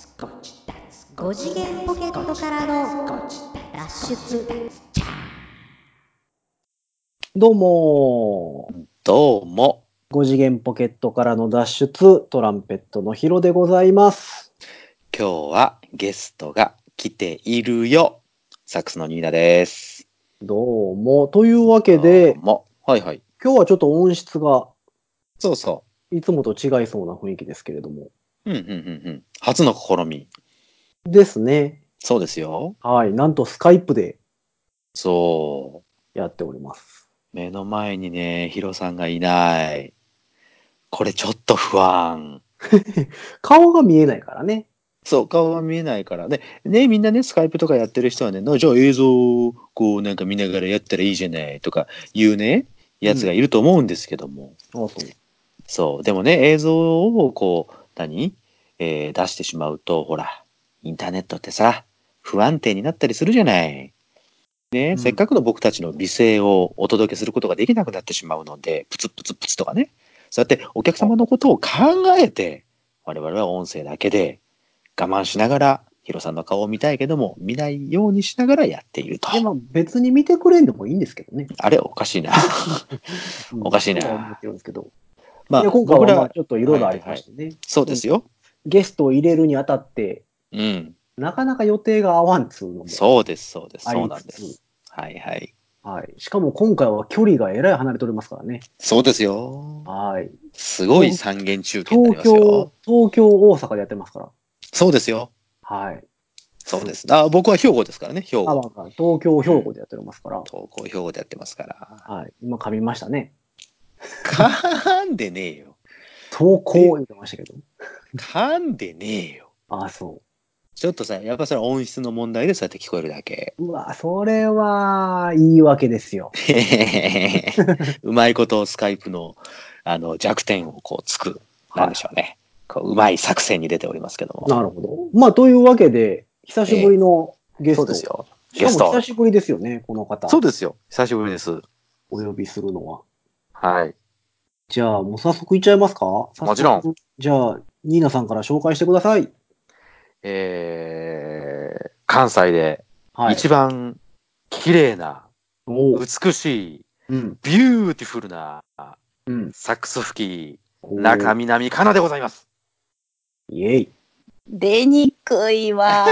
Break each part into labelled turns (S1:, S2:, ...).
S1: 5次元ポケットからの脱出。
S2: どうもー
S3: どうも、
S2: 五次元ポケットからの脱出、トランペットのヒロでございます。
S3: 今日はゲストが来ているよ。サックスのニーナです。
S2: どうも。というわけで
S3: どう、も、はいはい。
S2: 今日はちょっと音質が
S3: そうそ
S2: いつもと違いそうな雰囲気ですけれども。
S3: う。うんうんうんうん。初の試み。
S2: ですね。
S3: そうですよ。
S2: はい。なんとスカイプで
S3: そ
S2: やっております。
S3: う。目の前にね、ヒロさんがいない。これちょっと不安。
S2: 顔が見えないからね。
S3: そう、顔は見えないから。ね、ね、みんなね、スカイプとかやってる人はね、のじゃあ映像をこうなんか見ながらやったらいいじゃないとかいうね、やつがいると思うんですけども。
S2: そうそう。
S3: そう、でもね、映像をこう、何、えー出してしまうと、ほら、インターネットってさ、不安定になったりするじゃない。ね、
S2: うん
S3: せっかくの僕たちの美声をお届けすることができなくなってしまうので、プツプツプツとかね、そうやってお客様のことを考えて、我々は音声だけで我慢しながら、ヒロさんの顔を見たいけども、見ないようにしながらやっていると。
S2: でも別に見てくれんでもいいんですけどね。
S3: あれ、おか しいな。
S2: うん
S3: おかしいな
S2: そう思ってるんですけど。
S3: まあ、
S2: いや今回
S3: 僕
S2: はまあ
S3: ら、
S2: ちょっといろいろありましてね、
S3: そうですよ。
S2: ゲストを入れるにあたって、
S3: うん。
S2: なかなか予定が合わんつうのも。
S3: そうです、そうです。
S2: ありつつ
S3: そうなんです。はいはい。
S2: はい。しかも今回は距離がえらい離れておりますからね。
S3: そうですよ。
S2: はい。
S3: すごい三元中継になり
S2: 東
S3: ますよ
S2: 京。、東京、大阪でやってますから。
S3: そうですよ。
S2: はい。
S3: そうです。あ、僕は兵庫ですからね、兵
S2: あまあ
S3: 庫。
S2: まあ東京、兵庫でやっておりますから。
S3: 東校兵庫でやってますから。
S2: はい。今噛みましたね。
S3: 噛んでねえよ。
S2: 東京言ってましたけど。
S3: 噛んでねえよ。
S2: ああ、そ
S3: ちょっとさ、やっぱそれは音質の問題でそうやって聞こえるだけ。
S2: う。うわ、それは、言い訳ですよ。
S3: へへへへうまいことをスカイプのあの弱点をこうつく。なんでしょうね。こううまい作戦に出ておりますけども。
S2: なるほど。まあ、というわけで、久しぶりのゲスト。
S3: そうですよ。
S2: しか
S3: ゲス
S2: も久
S3: ト
S2: しぶりですよね、この方。
S3: そうですよ。久しぶりです。
S2: お呼びするのは。
S3: はい。
S2: じゃあ、もう早速いっちゃいますかも
S3: もちろん。
S2: じゃあ、ニーナさんから紹介してください。
S3: えー、関西で
S2: はい。
S3: 一番綺麗な
S2: おう
S3: 美しい
S2: うん。
S3: ビューティフルな
S2: うん。
S3: サックス吹
S2: こ
S3: き
S2: う
S3: 中。南かなでございます。
S2: イエイ。
S4: 出にくいわこ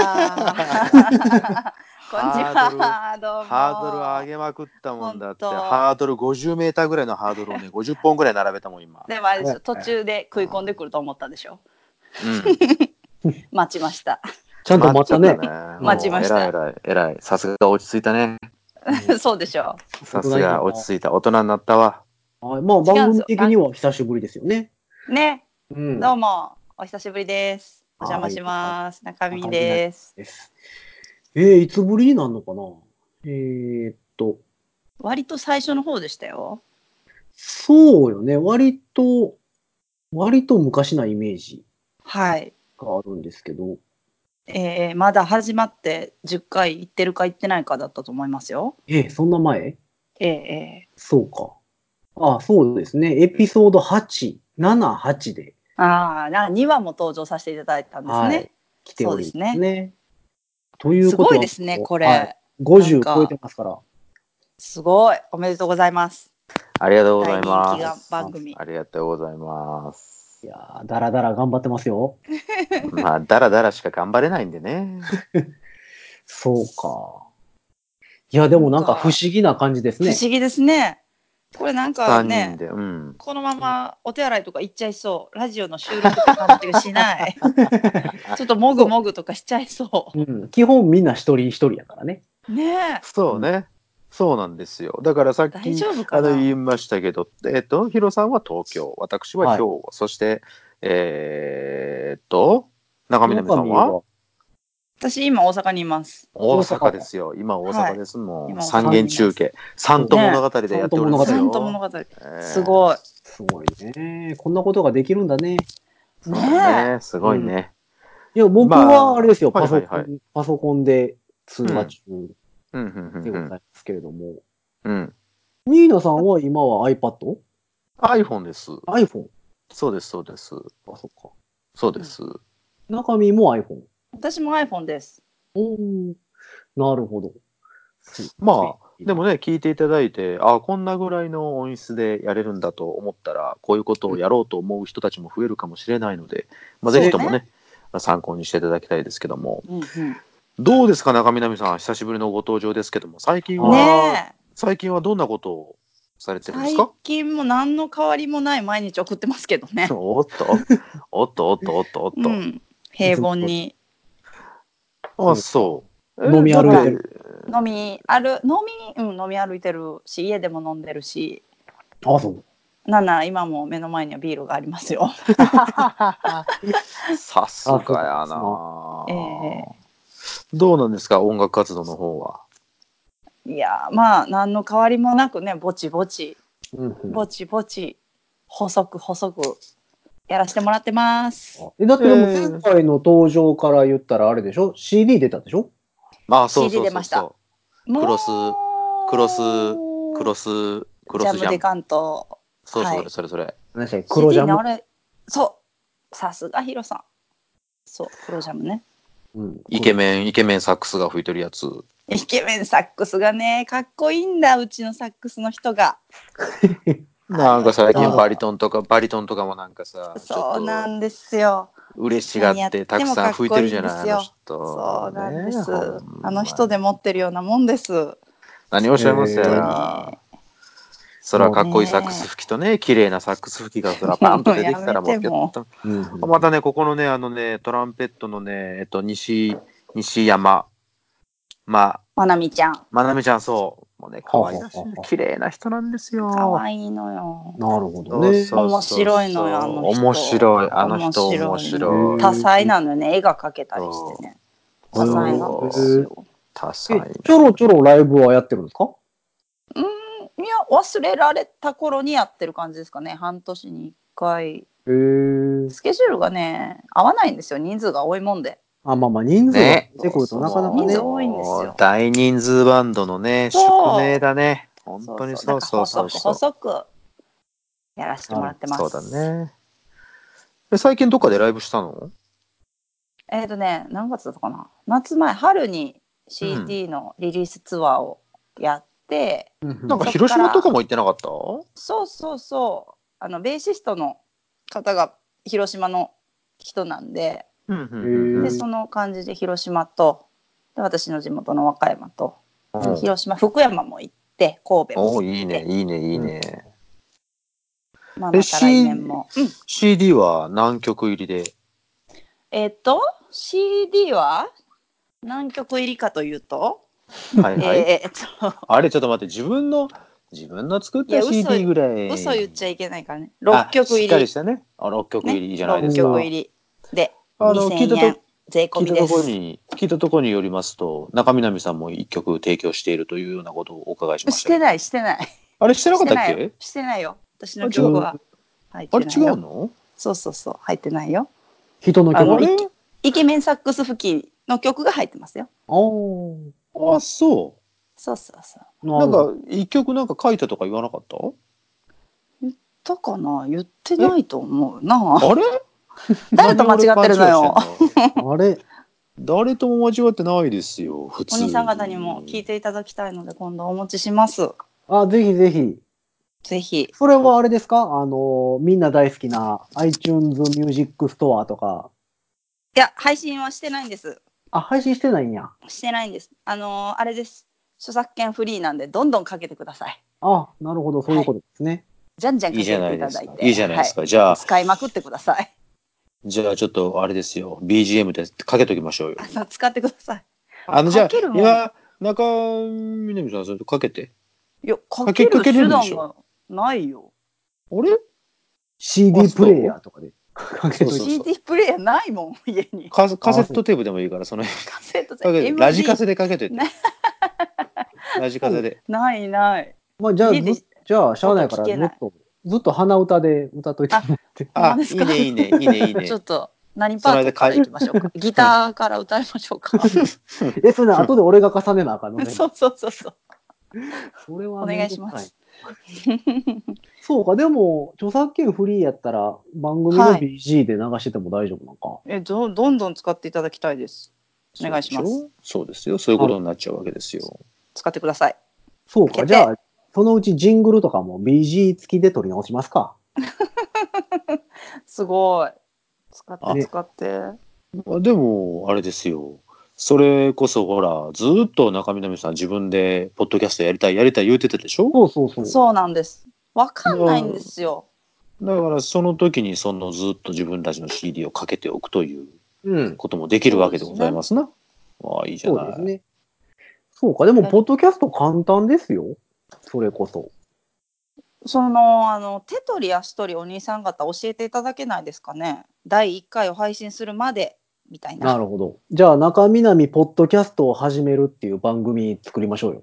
S4: んにちはどうも
S3: ハードル上げまくったもんだって
S4: ほんと
S3: ハードル50メーターぐらいのハードル をね50本ぐらい並べたもん今。
S4: でもあれで
S2: はい
S4: す
S2: はい
S4: 途中で食い込んでくると思ったでしょ
S3: うん、
S4: 待ちました
S2: ちゃんと待ったね。
S4: 待ちました
S3: えらいえらいえらいさすが落ち着いたね。
S4: そうでしょ
S3: さすが落ち着いた大人になったわ。
S2: はい。まあ、番組的には久しぶりですよね。
S4: うね
S2: うん
S4: どうもお久しぶりですお邪魔します中身です
S2: です。えー、いつぶりになるのかなえーっと、
S4: 割と最初の方でしたよ
S2: そうよね。割と、割と昔なイメージ
S4: はい
S2: があるんですけど。
S4: えー、まだ始まって10回行ってるか行ってないかだったと思いますよ
S2: えー、そんな前
S4: えーえ
S2: そうか。ああ、そうですね。エピソード8、7、8で
S4: ー、ああ2話も登場させていただいたんですね、
S2: はい来ておりますね。
S4: そう
S2: という
S4: す
S2: ことは
S4: ごいですねこれ、
S2: はい、50
S4: なんか
S2: 超えてますから。
S4: すごいおめでとうございます
S3: ありがとうござい
S4: 大人気
S3: ま
S4: が
S3: す。
S4: 番組
S3: ありがとうございます。
S2: いやー、だらだら頑張ってますよ。
S3: まあだらだらしか頑張れないんでね。
S2: そうか。いや、でもなんか不思議な感じです
S4: 不
S2: ね。
S4: 思議ですね。これなんか
S3: 三人
S4: ね、
S3: で、うん。
S4: このままお手洗いとか行っちゃいそう。ラジオの収録とか感じが しない。ちょっともぐもぐとかしちゃいそ
S2: うん、基本みんな一人一人やからね。
S4: う。ねえ、
S3: そうね。そうなんですよ。だからさっ
S4: 大
S3: き
S4: 丈夫か
S3: あの
S4: な。
S3: 言いましたけど、えっ、とヒロさんは東京、私は兵庫、そしてえーっと中南さんは
S4: 私今大阪にいます。
S3: 大
S2: 大阪
S3: 阪ですよ。今大阪ですも
S4: はい
S3: ん。
S4: 今大阪
S3: 三元中継、三と物語でやっており
S2: そ
S3: ま
S2: う
S3: す
S2: だ
S4: な
S3: よ。
S4: んと物語。す
S3: い。
S4: ごい。
S2: すごいね。こんなことができるんだね。
S3: そう
S4: ね
S3: ね、すごいね。
S2: いや、僕
S3: ま
S2: は
S3: あ
S2: あれですよ、
S3: はい
S2: パソコ
S3: は
S2: ン、
S3: いはい
S2: パソコンで通話中
S3: うんうんうん
S2: で
S3: う
S2: ござい
S3: ん
S2: ますけれども。
S3: うん。
S2: ニーナさんは今は iPad?iPhone?
S3: iPhone です。そうです、そうです。
S2: あ、そっか。
S3: そうです。
S2: 中身も iPhone。
S4: 私も iPhone です。
S2: おーなるほど。
S3: まあ、でもね、聞いていただいて、あこんなぐらいの音質でやれるんだと思ったら、こういうことをやろうと思う人たちも増えるかもしれないので、まあ、ぜひともね、参考にしていただきたいですけども。
S4: うんう
S3: どうですか、中南さん、久しぶりのご登場ですけども、最近は、
S4: ん、ねえ
S3: 最近はどんなことをされてるんです
S4: 最
S3: か
S4: 近も何の変わりもない毎日送ってますけどね。
S3: おっと、おっと、おっと、おっと、おっと。
S4: うん、平凡に
S3: あ、そう。え
S2: 飲み歩いて
S4: 飲みある飲み、うん、飲み歩いてるし家でも飲んでるし
S2: あ、 そう。
S4: なんなら今も目の前にはビールがありますよ。
S3: さすがやな、
S4: え
S3: どうなんですか音楽活動の方はい
S4: やーまあ何の変わりもなくねぼちぼち
S2: うんうん
S4: ぼちぼち細く細くやらせてもらってます。
S2: えだってでも前回の登場から言ったらあれでしょ ?CD 出たでしょ
S3: まあそうそうそうそう
S4: CD 出ました
S3: クロスクロスクロ
S4: ス
S3: スクロスジ
S4: ジャム
S3: ャ
S4: デ
S3: ンプ
S4: カント
S3: そう
S4: は
S3: そ、
S4: いう
S3: それそれ
S2: 何でしたっけ黒
S4: 黒
S2: ジ
S4: ジ
S2: ャ
S4: ャム
S2: ム。
S4: あれそうさすがヒロさんそう黒ジャムね
S2: うん
S3: イケメンイケメンサックスが吹いてるやつ
S4: イケメンサックスがねかっこいいんだうちのサックスの人が
S3: なんか最近
S2: あー
S3: バリトンとかバリトンとかもなんかさちょっ
S4: そうなん
S3: と
S4: ですよ
S3: 嬉しがってたくさん吹いてるじゃない
S4: 何
S3: あ
S4: や
S3: の
S4: って
S3: 人
S4: そうなんです、
S3: ねほんま
S4: あの人で持ってるようなもんです
S3: 何をおっしゃいますや
S4: 本当
S3: ら
S4: に
S3: そらかっこいいサックス吹きとね綺麗なサックス吹きが そらバンと出てきたらも
S4: も
S3: う
S4: う
S3: ぴ
S4: やめて
S3: ょ
S4: も
S3: っと
S2: うんうん
S3: またね、ここのね、あのね、トランペットのね、えっと、西、西山、ま、
S4: まなみちゃん
S3: まなみちゃん、そう。もうね、可愛らし。
S2: はあはあはいあ
S3: 綺麗な人なんですよ。
S4: かわいいのよ
S2: なるほどね。
S3: そう
S4: 面白いのよあの人
S3: 面白い。あの人、面白
S4: 面白
S3: い。
S4: 多彩なのよね絵が描けたりしてね
S2: そ
S4: 多
S2: う
S4: 彩なんですよ
S3: 多
S2: え
S3: 彩な。
S2: ちょろちょろライブはやってるんですか
S4: いや忘れられた頃にやってる感じですかね半年に1回
S2: へえ。
S4: スケジュールがね合わないんですよ人数が多いもんで
S2: あ、まあまあ、人数が
S3: ね
S2: 出てくるとなかなか
S4: 人
S2: ね
S4: 数。多いんですよ
S3: 大人数バンドのね、宿
S4: そう
S3: 命だね。本当にそうそう
S4: そ
S3: そうう
S4: そう
S3: そう。
S4: 細く細くやらせてもらってます、
S3: そうだね。え最近どっかでライブしたの
S4: えっ、とね何月だったかな夏前春に CD のリリースツアーをやって、
S2: うんうん
S3: なんか広島とかも行ってなかった
S4: そうそうそうあのベーシストの方が広島の人なんで
S3: うんうん
S2: へ
S3: う
S2: ー
S3: ん
S4: でその感じで広島とで私の地元の和歌山と
S3: うん。
S4: 広島福山も行って神戸も
S3: お
S4: 行
S3: お
S4: って
S3: いいねいいねいいね、
S4: まあ、
S3: え
S4: また来年も。うん
S3: CD は何曲入りで
S4: えっと CD は何曲入りかというと、
S3: はいはい、
S4: えーっと
S3: あれちょっと待って自分の自分の作っ
S4: い
S3: た
S4: や嘘
S3: CD ぐらい
S4: 嘘言っちゃいけないからね
S3: あ
S4: 6曲入
S3: しっか
S4: り
S3: りしたねあ6曲
S4: ね
S3: 入りいいじゃないです
S2: か
S4: 6曲入りで
S3: かあの聞いた
S4: 2000円
S3: と
S4: 税込
S3: 聞いた
S4: み
S3: と
S4: で
S3: ころ
S4: す
S3: に聞いたところによりますと中南さんも1曲提供しているというようなことをお伺いしまし
S4: した
S3: け
S4: て
S3: ど
S4: ないしてない
S3: あれしてなか
S4: し
S3: ってたっ
S4: ないよ
S3: け
S4: してないよ私
S3: あ
S4: の
S3: 違う
S4: 曲は入って
S3: あ
S4: な
S3: れ
S4: い
S3: 違
S4: よ
S3: うの
S4: そうそうそう入ってないよ
S2: 人の
S4: あの
S2: 曲
S3: あれ
S4: イケメンサックス付近の曲が入ってますよ
S2: あー
S3: あそ
S4: そうそうそう
S3: う
S2: な
S3: な
S2: る
S3: ん
S2: ほ
S3: か
S2: ど。
S3: 1曲なんか書いたとか言わなかった
S4: だかな言ってないと思うな
S3: あれ
S4: 誰と間違ってるの
S3: 何を
S4: よ
S3: 俺勘違いしてんの
S2: あれ
S3: 誰とも間違ってないですよ普
S4: お
S3: 通
S4: 兄さん方にも聞いていただきたいので今度お持ちします
S2: あ、ぜひぜひ。
S4: ぜひ
S2: それはあれですかあの、みんな大好きな iTunes Music Store とか。
S4: いや配信はしてないんです
S2: あ、配信してないんや。
S4: してないんですあのーあれです著作権フリーなんでどんどんかけてください
S2: あ、なるほど、そういうことですね。
S4: じゃんじゃんか
S3: いい
S4: け
S3: じ
S4: て
S3: ゃ
S4: い
S3: ない
S4: た
S3: です
S4: だい
S3: か
S4: て
S3: いいじゃないですか、じ
S4: は
S3: ゃあ
S4: 使いまくってください
S3: じゃあちょっとあれですよ BGM でかけときましょうよ
S4: あの使ってください
S3: あのじゃあ
S4: かけるもん
S3: 今中南さんそれとかけて
S4: いやか
S3: か
S4: け
S3: け
S4: る
S3: かけれ
S4: 手
S3: るで
S4: 段
S3: しょ
S4: がないよ
S3: あれ
S2: CD プレイヤーとかでかけと
S3: そう
S2: い
S3: そう
S2: て。
S4: CD プレイヤーないもん 家に
S3: カセカセットテープでもいいからその辺
S4: カセット
S3: かけて
S4: MD
S3: ラジカセでかけといて
S4: ね
S3: ラジカセ で
S4: ないない
S2: まあ、じゃあ、
S4: 家で
S2: ずじゃあ、しゃあないから、
S4: 音聞
S2: ず
S4: けない
S2: っと、ずっと鼻歌で歌っといてもらって。
S3: あ
S4: ほんまで
S3: い
S4: す
S3: い
S4: か
S3: ねいいねいいねいいね
S4: ちょっと何パートからいきましょうかギターから歌いましょう か
S2: え、それね後で俺が重ねなあかんのね。
S4: そうそうそうそう
S2: それは
S4: お願いします
S2: そうか、でも、著作権フリーやったら、番組
S4: は
S2: の
S4: い
S2: BG で流してても大丈夫なんか。
S4: えどどんどん使っていただきたいですお願いします
S3: そうでょ。そうですよ。そういうことになっちゃうわけですよ。
S4: 使ってください
S2: そうか、
S4: 決
S2: じ
S4: 定
S2: ゃあ、そのうちジングルとかも BG 付きで撮り直しますか。
S4: すごい使っ
S2: あ
S4: て
S2: ね
S4: 使って、
S3: あでも、あれですよ。それこそほら、ずーっと中南さん自分で、ポッドキャストやりたい、やりたい言うてたでしょ
S2: そうそうそう。
S4: そうなんですわかんないんですよ
S3: だから、その時にそのずーっと自分たちの CD をかけておくという
S2: うん。
S3: こともできるわけでございますな。ああ、いいじゃ
S2: そ
S3: な
S2: う
S3: い。
S2: ですね。そうか、でも、ポッドキャスト簡単ですよ。それこそ。
S4: そのあの手取り足取りお兄さん方教えていただけないですかね第1回を配信するまでみたいな
S2: なるほど。じゃあ、中南ポッドキャストを始めるっていう番組作りましょうよ。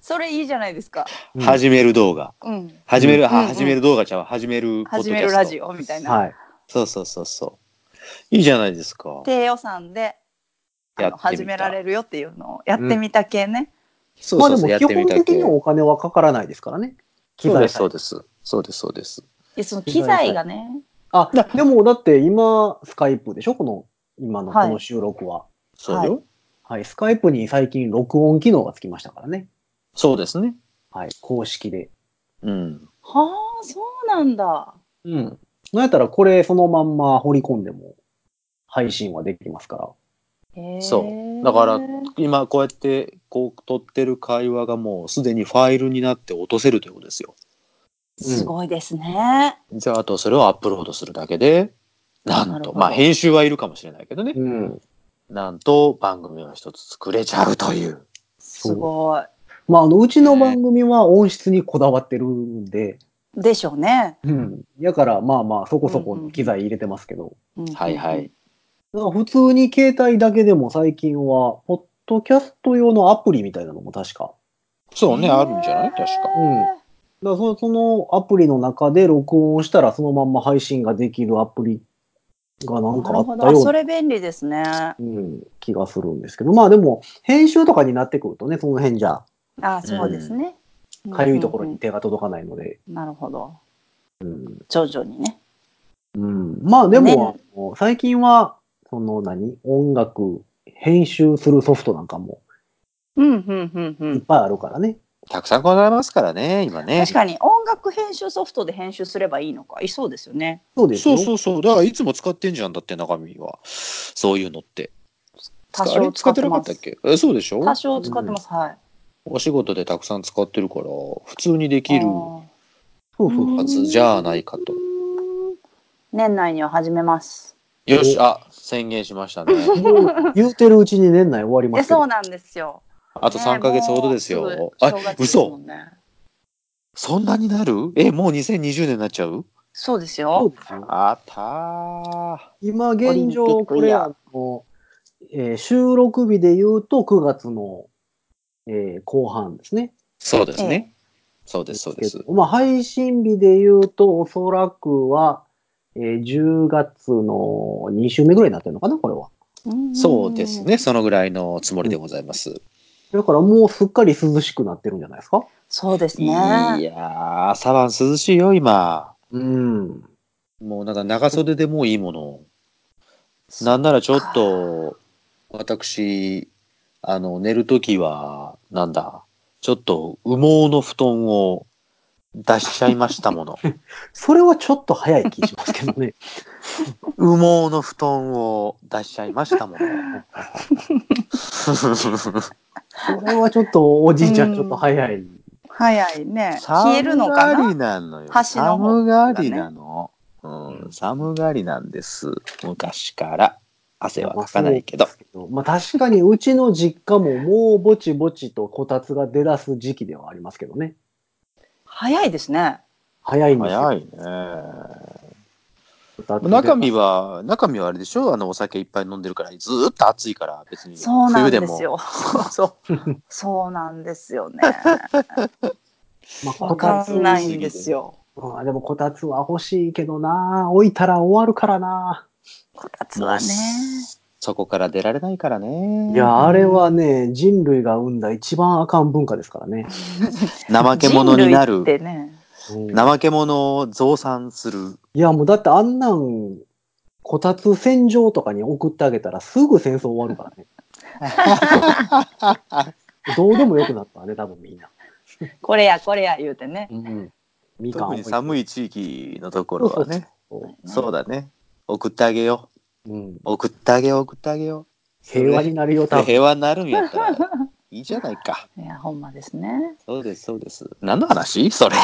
S4: それいいじゃないですか
S2: うん
S3: 始める動画。
S4: うん
S3: 始める、
S4: うん
S3: あ、
S4: うん
S3: 始める動画ちゃう。始めるポッドキ
S4: 始
S3: ャスト。
S4: めるラジオみたいな、
S2: はい。
S3: そうそうそうそう。いいじゃないですか。
S4: 低予算であ
S3: やって
S4: の
S3: みた
S4: 始められるよっていうのをやってみた系ね、
S3: そう
S2: まあ
S3: そ
S2: でも
S3: うそう、やっ
S2: 基
S3: てみ
S2: 本
S3: た
S2: 的
S3: け
S2: にはお金はかからないですからね。機
S3: そう
S2: 材
S3: です、
S2: さえ
S3: そうです。そうです、そうです。
S4: いやその機材がね
S2: あ、でもだって今、スカイプでしょこの、今のこ
S4: は
S2: の
S4: い
S2: 収録は。
S3: そうよ。
S2: はい、スカイプに最近録音機能がつきましたからね。
S3: そうですね。
S2: はい、公式で。
S3: うん。
S4: はあそうなんだ
S2: うん。なんやったらこれそのまんま掘り込んでも配信はできますから。
S3: そうだから今、こうやって、こう、撮ってる会話がもうすでにファイルになって落とせるということですよ。
S4: すごいですね、
S3: じゃあ、あとそれをアップロードするだけで、なん
S4: なる
S3: と、
S4: ほど
S3: まあ、編集はいるかもしれないけどね。
S2: うん。
S3: なんと、番組を一つ作れちゃうという。
S4: すご
S2: まあ、あの、うちの番組は音質にこだわってるんで、
S4: いでしょうね、
S2: うん。やから、まあまあ、そこそこの機材入れてますけど、
S4: うんうんうん
S3: はいはい。
S2: だから普通に携帯だけでも最近は、ポッドキャスト用のアプリみたいなのも確か。
S3: そうね、あるんじゃない確か。
S2: うん。だからそそのアプリの中で録音したらそのまんま配信ができるアプリがなん
S4: な
S2: かあ
S4: る
S2: っ
S4: ほ
S2: た
S4: ど
S2: よ
S4: あ
S2: うな
S4: それ便利ですねあ
S2: うん、気がするんですけど、まあでも、編集とかになってくるとね、その辺じゃ、
S4: そうですね、うん
S2: かゆいところに手が届かないので、
S4: なるほど
S2: うん。
S4: 徐々にね
S2: うんまあで
S4: ね
S2: も、あの最近は、その何、音楽、編集するソフトなんかも
S4: うんうんうん
S2: い
S4: う
S2: っ
S4: ん
S2: ぱいあるからね。
S3: たくさんございますからね、今ね。
S4: 確かに音楽編集ソフトで編集すればいいのかいそうですよね
S2: そうです
S3: そ
S2: よ。
S3: うそうそう。だから、いつも使ってんじゃんだって、中身は。そういうのって。
S4: 多
S3: あ
S4: 少
S3: れ
S4: 使
S3: 使
S4: っ
S3: っててなか
S4: ま
S3: ったっ
S4: す
S3: けえそうでしょ
S4: 多少使ってます、はい
S3: お仕事でたくさん使ってるから普通にできる
S4: あ
S2: そうそう
S3: はずじゃないかと
S4: ー。年内には始めます
S3: よしあ宣言しま したね
S2: もう言うてるうちに年内終わりま
S4: え
S2: すけど
S4: そうなんですよ
S3: あと3ヶ月ほどです
S4: ねも
S3: よ
S4: う
S3: あ
S4: すぐ正月ですも
S3: 嘘
S4: んね
S3: そんなになるえもう2020年になっちゃう
S4: そうです
S2: そう
S4: よ。
S2: ですよ
S3: あったー
S2: 今
S4: オリン
S2: 現
S4: ピッ
S2: 状、
S4: ク
S2: こ
S4: イ
S2: れ
S4: ヤー
S2: あの、えー収録日で言うと9月の、えー後半ですね。
S3: そうです
S4: え
S3: ね、そうですそうです
S2: まあ、配信日で言うと、おそらくは、えー10月の2週目ぐらいになってるのかな、これは。
S3: そうです。ねそのぐらいのつもりでございます、
S2: だからもうすっかり涼しくなってるんじゃないですか。
S4: そうです
S3: い
S4: ね。
S3: やー朝晩涼しいよ今
S2: うん。
S3: もうなんか長袖でもういいものなんならちょっと私あの寝るときはなんだちょっと羽毛の布団を出しちゃいましたも の
S2: それはちょっと早い気しますけど ね。
S3: 羽毛の布団を出しちゃいました もの
S2: それはちょっとおじいちゃ
S4: うん
S2: んちょっと早い。
S4: 早いね。冷えるのか
S3: 寒が
S4: な
S3: り。なのよ
S4: 端の方
S3: 寒
S4: がね
S3: がりなの、うん、寒がりなんです昔から汗はかかないけど
S2: まあそうですけどまあ確かにうちの実家ももうぼちぼちとこたつが出だす時期ではありますけどね。
S4: 早いですね。
S2: 早いんですよ。
S3: 早
S2: い。
S3: いね中身は中身はあれでしょあのお酒いっぱい飲んでるからずーっと暑いから別に
S4: そうな
S3: 冬
S4: ん
S3: で
S4: で
S3: も
S4: すよ。
S3: そう
S4: そうなんですよね。
S2: まあ、こ
S4: わ
S2: た
S4: か
S2: つ
S4: んないんです
S2: う
S4: よ。
S2: んでもこたつは欲しいけどな置いたら終わるからな
S4: こたつはね。
S3: もうそこから出られないからね。
S2: いや、あれはね、人類が生んだ一番あかん文化ですからね。
S3: 怠け者にな
S4: 人類
S3: る。
S4: ってね。
S2: うん
S3: 怠け者を増産する。
S2: いや、もうだってあんなん、こたつ戦場とかに送ってあげたらすぐ戦争終わるからね。どうでもよくなったわね、多分みんな。
S4: これやこれや言うてね。
S2: みかん
S3: 特に寒
S2: い。
S3: い地域のところはね。
S2: そう
S3: そうだね。送ってあげよ
S2: うん
S3: う。送ってあげよう。送ってあげよう。
S2: 平和になるよ、
S3: そ
S2: 多
S3: れ
S2: 分。
S3: で平和になるんやったら。いいじゃないか。
S4: いやほんまですね。
S3: そうです、そうです。何の話 それ。ち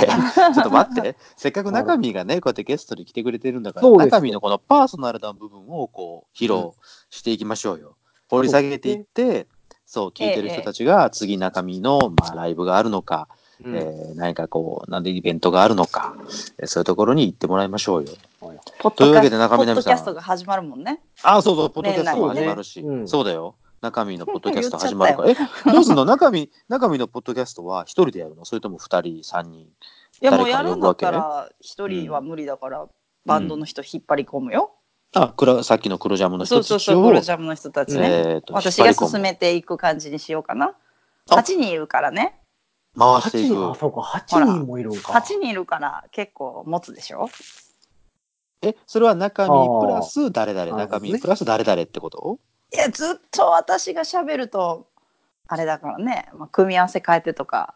S3: ょっと待って。 せっかく中身がね、こうやってゲストに来てくれてるんだから、
S2: そうですよ
S3: 中身のこのパーソナルな部分をこう、披露していきましょうよ。掘り下げていって、そう、聞いてる人たちが次中身の、まあ、ライブがあるのか、
S2: うん
S3: えー何かこう、なんでイベントがあるのか、えーそういうところに行ってもらいましょうよ。
S4: ポッ
S3: とい
S4: ド
S3: うわけ
S4: キャス
S3: で
S4: ト
S3: 中
S4: ポッ
S3: 南
S4: ドキ
S3: さん
S4: ャストが始まるもんね。
S3: あ、そうそう、ポッドキャストも
S4: ね
S3: 始まるし、
S2: ねうん
S3: そうだよ。中身のポッドキャスト始まるから。え、 どうすんの中身、中身のポッドキャストは一人でやるのそれとも二人、三人。
S4: いや
S3: 誰
S4: も
S3: か
S4: うやるんだったら一
S3: け
S4: 人は無理だから、バンドの人引っ張り込むよ。
S3: あ、黒さっきの黒ジャムの人
S4: そう
S3: た
S4: そう
S3: ち
S4: そうゴ
S3: を
S4: ル、ジャムの人たちね。
S3: えっと、引っ
S4: 私
S3: 張
S4: が
S3: り込
S4: 進
S3: む。
S4: めていく感じにしようかな。
S3: あ
S4: 8人いるからね。
S3: 回して
S2: 八
S3: い
S2: 人、
S3: く
S2: あ、。そうか、八
S4: ほら
S2: 人もいるんか。
S4: 8人いるから結構持つでしょ。
S3: え、それは中
S2: あ
S3: 身
S2: ー
S3: プラス誰々、
S2: なるほ
S3: 中
S2: どね
S3: 身プラス誰々ってこと
S4: いやずっと私が喋るとあれだからね、まあ、組み合わせ変えてとか、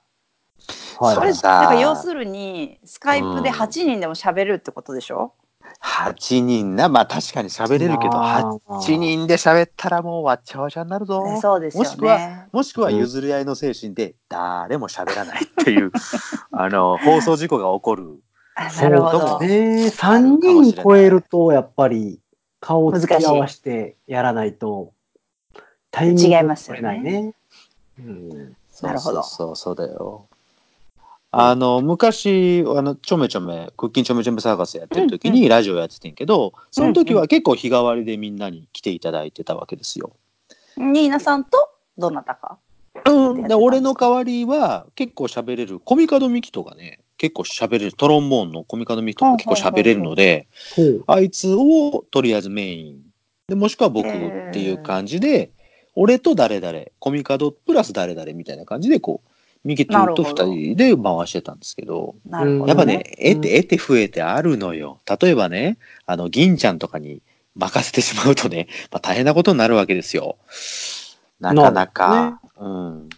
S2: はい
S4: そ
S3: そ
S4: れ
S3: れ
S4: だ
S3: さ
S4: から要するにスカイプで
S3: うん
S4: 8人でも喋れるってことでしょ、
S3: 八人な、まあ確かに喋れるけど、
S2: ま
S3: 八
S2: あ
S3: 人で喋ったらもうわっちゃわちゃになるぞ。
S4: ねそうですよね
S3: もしくはもしくは譲り合いの精神で誰も喋らないって いう、あの、放送事故が起こる。
S4: あ
S2: そ
S4: な
S2: う
S4: るほ
S2: か
S4: ど
S2: もね。三人超えると、やっぱり、顔を突き合わせてやらないと、タイミングが取れないね。うん
S4: なるほど
S3: そうそうそうそうだよ。あの昔あのちょめちょめクッキンちょめちょめサーカスやってる時
S4: うん
S3: にラジオやっててんけど、その時は結構日替わりでみんなに来ていただいてたわけですよ。
S4: ニーナさんとどなたか
S3: うん、で俺の代わりは結構喋れるコミカドミキとかね結構喋れるトロンボーンのコミカドミキとか結構喋れるので、
S2: ほう
S3: あいつをとりあえずメインでもしくは僕っていう感じで、俺と誰々コミカドプラス誰々みたいな感じでこうミキトゥーと
S4: なるほど
S3: 2人で回してたんですけど
S4: なるほど、
S3: やっぱ
S2: うん
S3: ね得て得て増えてあるのよ例えばねあの銀ちゃんとかに任せてしまうとね、 まあ、大変なことになるわけですよなかなかうん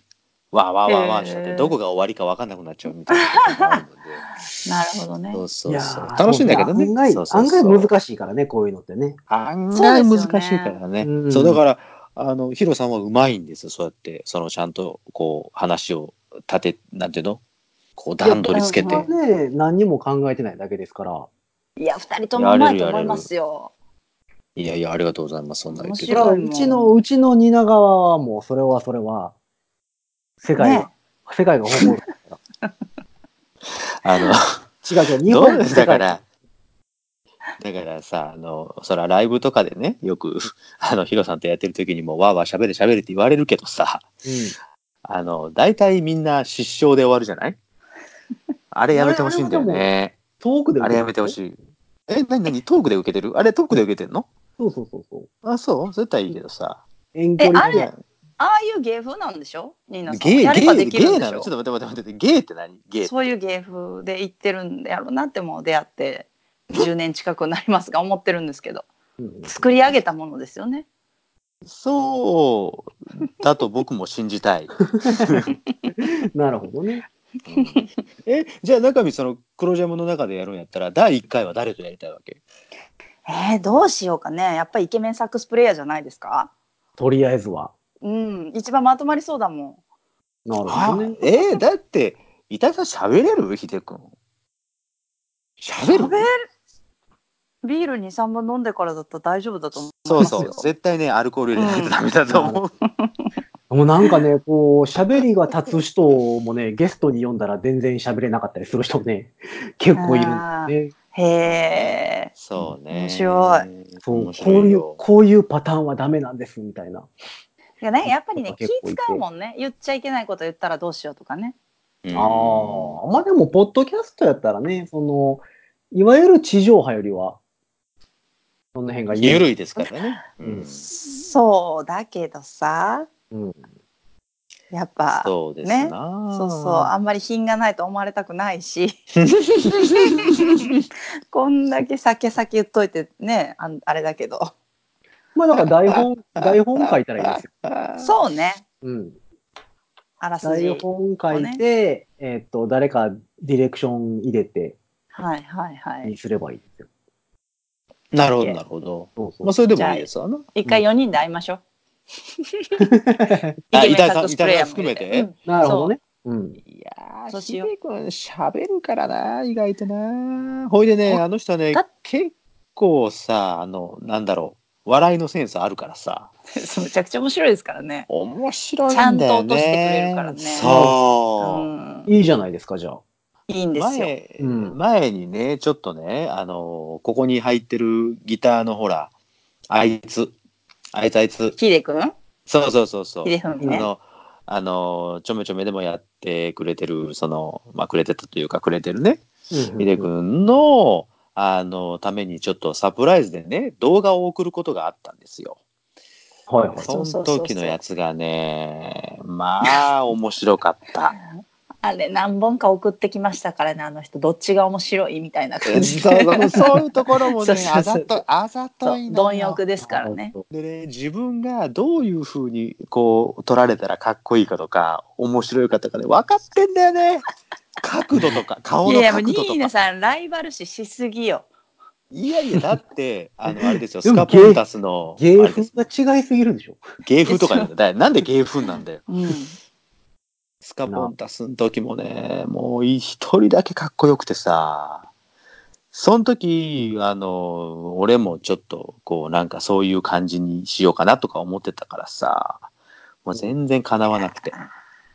S3: わーわーわーわーしちゃって、
S4: へー
S3: どこが終わりか分かんなくなっちゃうみたいなことがある ので
S4: なるほどね
S3: そう
S2: い
S3: そ
S2: や
S3: うそう
S2: ー
S3: 楽しいんだけどね
S2: 案外、
S3: そうそうそう
S2: 案外難しいからね、こういうのってね。
S3: 案
S4: 外
S3: 外
S4: 難
S3: 難
S4: し
S3: し
S4: い
S3: い
S4: か
S3: から
S4: ら
S3: ね。
S2: うん
S3: そうだからあのヒロさんはうまいんですよそうやってそのちゃんとこう話を立てなんていうのこう段取りつけて
S4: いやうん
S2: ね、何にも考えてないだけですから。
S4: いや2人ともうまいと思いますよ
S3: いやいやありがとうございますそんな言って
S2: そ
S4: 面
S2: れ
S3: る
S4: 白い
S2: はうちの、うちの蜷川はもう、それはそれは、世界が、
S4: ね
S2: 世界が誇 る。
S3: あの
S2: 違うけど、日
S3: ど
S2: 本の
S3: うだ
S2: 世
S3: か
S2: 界
S3: らだからさあのそらライブとかでねよくあのヒロさんとやってる時にもわーわーしゃべれしゃべれって言われるけどさあの大体みんな失笑で終わるじゃないあれやめてほしいんだよ
S2: あれ
S3: ね。
S2: 遠くで
S3: あれやめてほしい。え、なになにトークで受けてるあれトークで受けてんの
S2: そうそうそうそう。
S3: あ、そう絶対いいけどさ。
S2: 遠距離
S4: えあれ
S2: 恋愛
S4: ああいう芸風なんでしょニーナさんは
S3: ゲ
S4: や
S3: ー、
S4: れ
S3: ゲ
S4: ばで
S3: ー、
S4: き
S3: ゲ
S4: るん
S3: ー
S4: で
S3: な
S4: し
S3: の
S4: ょ
S3: ちょっと待って待って待って、ゲーって何ゲーって。
S4: そういう芸風で言ってるんやろうなってもう出会って10年近くになりますが思ってるんですけど
S2: うん
S4: 作り上げたものですよね。
S3: そう、だと僕も信じた い。
S2: なるほどね。
S3: え、じゃあ中身その黒ジャムの中でやるんやったら、第1回は誰とやりたいわけ
S4: えー、どうしようかねやっぱりイケメンサックスプレイヤーじゃないですか
S2: とりあえずは。
S4: うん一番まとまりそうだもん。
S2: なる
S3: あ
S2: ほどね。
S3: えだって、板井さん喋れるヒデ君。喋る
S4: 喋るビール23本飲んでからだったら大丈夫だと思います
S3: そ
S4: よ
S3: うそう。絶対ね、アルコール入れないとダメだと思う。
S2: もうなんかね、こう、喋りが立つ人もね、ゲストに呼んだら全然喋れなかったりする人もね、結構いるんだよね。
S4: へえ
S3: そうね。
S4: 面白
S2: そう、
S3: 面
S2: こう
S3: 白
S2: い
S3: いうよ、
S2: こういうパターンはダメなんです、みたいな。
S4: いやねやっぱりね気
S2: 結構いて
S4: 使うもんね言っちゃいけないこと言ったらどうしようとかね
S3: うん
S2: ああ、まあでも、ポッドキャストやったらね、その、いわゆる地上波よりは、その辺が
S3: 緩いですからね。う
S2: うん
S3: ん、
S4: そうだけどさ
S2: うん
S4: やっぱ
S3: そ
S4: そ
S3: うです
S4: ね
S3: な。
S4: うそうあんまり品がないと思われたくない しこんだけ酒酒言っといてねあんあれだけど
S2: まあなんか台本、台本書いたらいいですよ。
S3: う。
S4: そうね
S2: うん。
S4: あらすじ
S2: 台本書いて、えっと、誰かディレクション入れて
S4: はいはいはい
S2: にすればいいですよ。
S3: なるほどなるほど。
S2: そうそう
S3: まあそれでもいいですわな。
S4: 一回4人で会いま しょ
S3: あ
S4: う、イケメンサッ
S3: 板井さん
S4: クスプレイヤ
S3: 板井さ
S4: ーも入れ
S3: ん含めて
S4: うん
S2: なるほどね。うん。
S3: いや
S4: そ
S3: ー、
S4: う
S3: し
S4: しよう
S3: げくん喋るからな、意外とな。ほいでね、
S4: ほ
S3: あの人ね
S4: だ、
S3: 結構さ、あの、なんだろう、笑いのセンスあるからさ、
S4: そうめちゃくちゃ面白いですからね。
S3: 面白いんだよね。
S4: ちゃんと落としてくれるからねう
S3: そ
S4: ん、
S2: いいじゃないですか、じゃあ。
S4: いいん
S3: う。
S4: ですよ。
S3: 前、
S2: うん
S3: 前にね、ちょっとね、あの、ここに入ってるギターのほら、あいつ、あいつあいつ、
S4: ヒデくん
S3: そうそうそうそう。
S4: ヒデフミ
S3: あ
S4: ね。
S3: の、あの、ちょめちょめでもやってくれてる、その、まあ、くれてたというか、くれてるね、
S2: うん
S3: ヒデ君の、あの、ためにちょっとサプライズでね、動画を送ることがあったんですよ。
S2: はいはい。
S3: そ
S4: そうそ
S3: の
S4: うそうそう
S3: 時のやつがね、まあ、面白かった。
S4: あれ何本か送ってきましたからねあの人どっちが面白いみたいな
S3: そ
S4: 感
S3: う
S4: じで。
S3: そう そういうところも
S4: そ
S3: ね
S4: うそう、そう
S3: あざと、あざと
S4: そ
S3: いうの
S4: 貪
S3: よ。
S4: 欲ですからね。
S3: でね、自分がどういうふうにこう撮られたらかっこいいかとか面白いかとかね分かってんだよ ね角度とか顔
S4: い
S3: の
S4: やいやもう
S3: 角
S4: ニ
S3: 度と
S4: ーナ
S3: か
S4: さんライバル視しすぎよ。
S3: いやいやだってあ のあれですよ
S2: で
S3: ス
S2: も
S3: カポンタスのあれ
S2: 芸
S3: です
S2: 風が違いすぎるでしょ。
S3: 芸風とかなんだよ。なんで芸風なんだよ。
S4: うん、
S3: スカポンタスの時もね、もう一人だけかっこよくてさ、その時、あの、俺もちょっと、こう、なんかそういう感じにしようかなとか思ってたからさ、もう全然叶わなくて。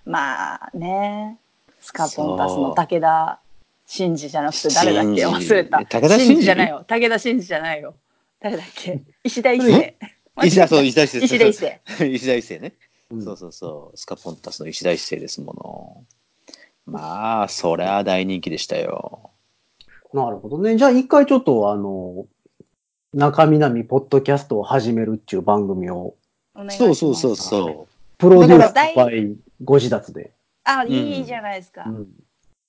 S4: まあねスカポンタスの武田真治じゃなくて誰だっけ
S3: 真治
S4: 忘れた。
S3: 武田真治
S4: 真治じゃないよ武田真治じゃないよ。誰だっけ石田一世。
S3: 石田、そう、
S4: 石
S3: 石田一世。
S4: 田一世。
S3: 世。 石田一世ね。
S2: うん
S3: そうそうそう。スカポンタスの石田一世ですもの。まあ、そりゃ大人気でしたよ。
S2: なるほどね。じゃあ一回ちょっとあの、中南ポッドキャストを始めるっていう番組を、
S4: お願いし
S3: そ
S4: ま
S3: う
S4: す
S3: そうそうそう。
S2: プロデュース
S4: だから第
S2: 倍ご自立で。
S4: あ
S3: ん
S4: いいじゃないですか。
S2: うん。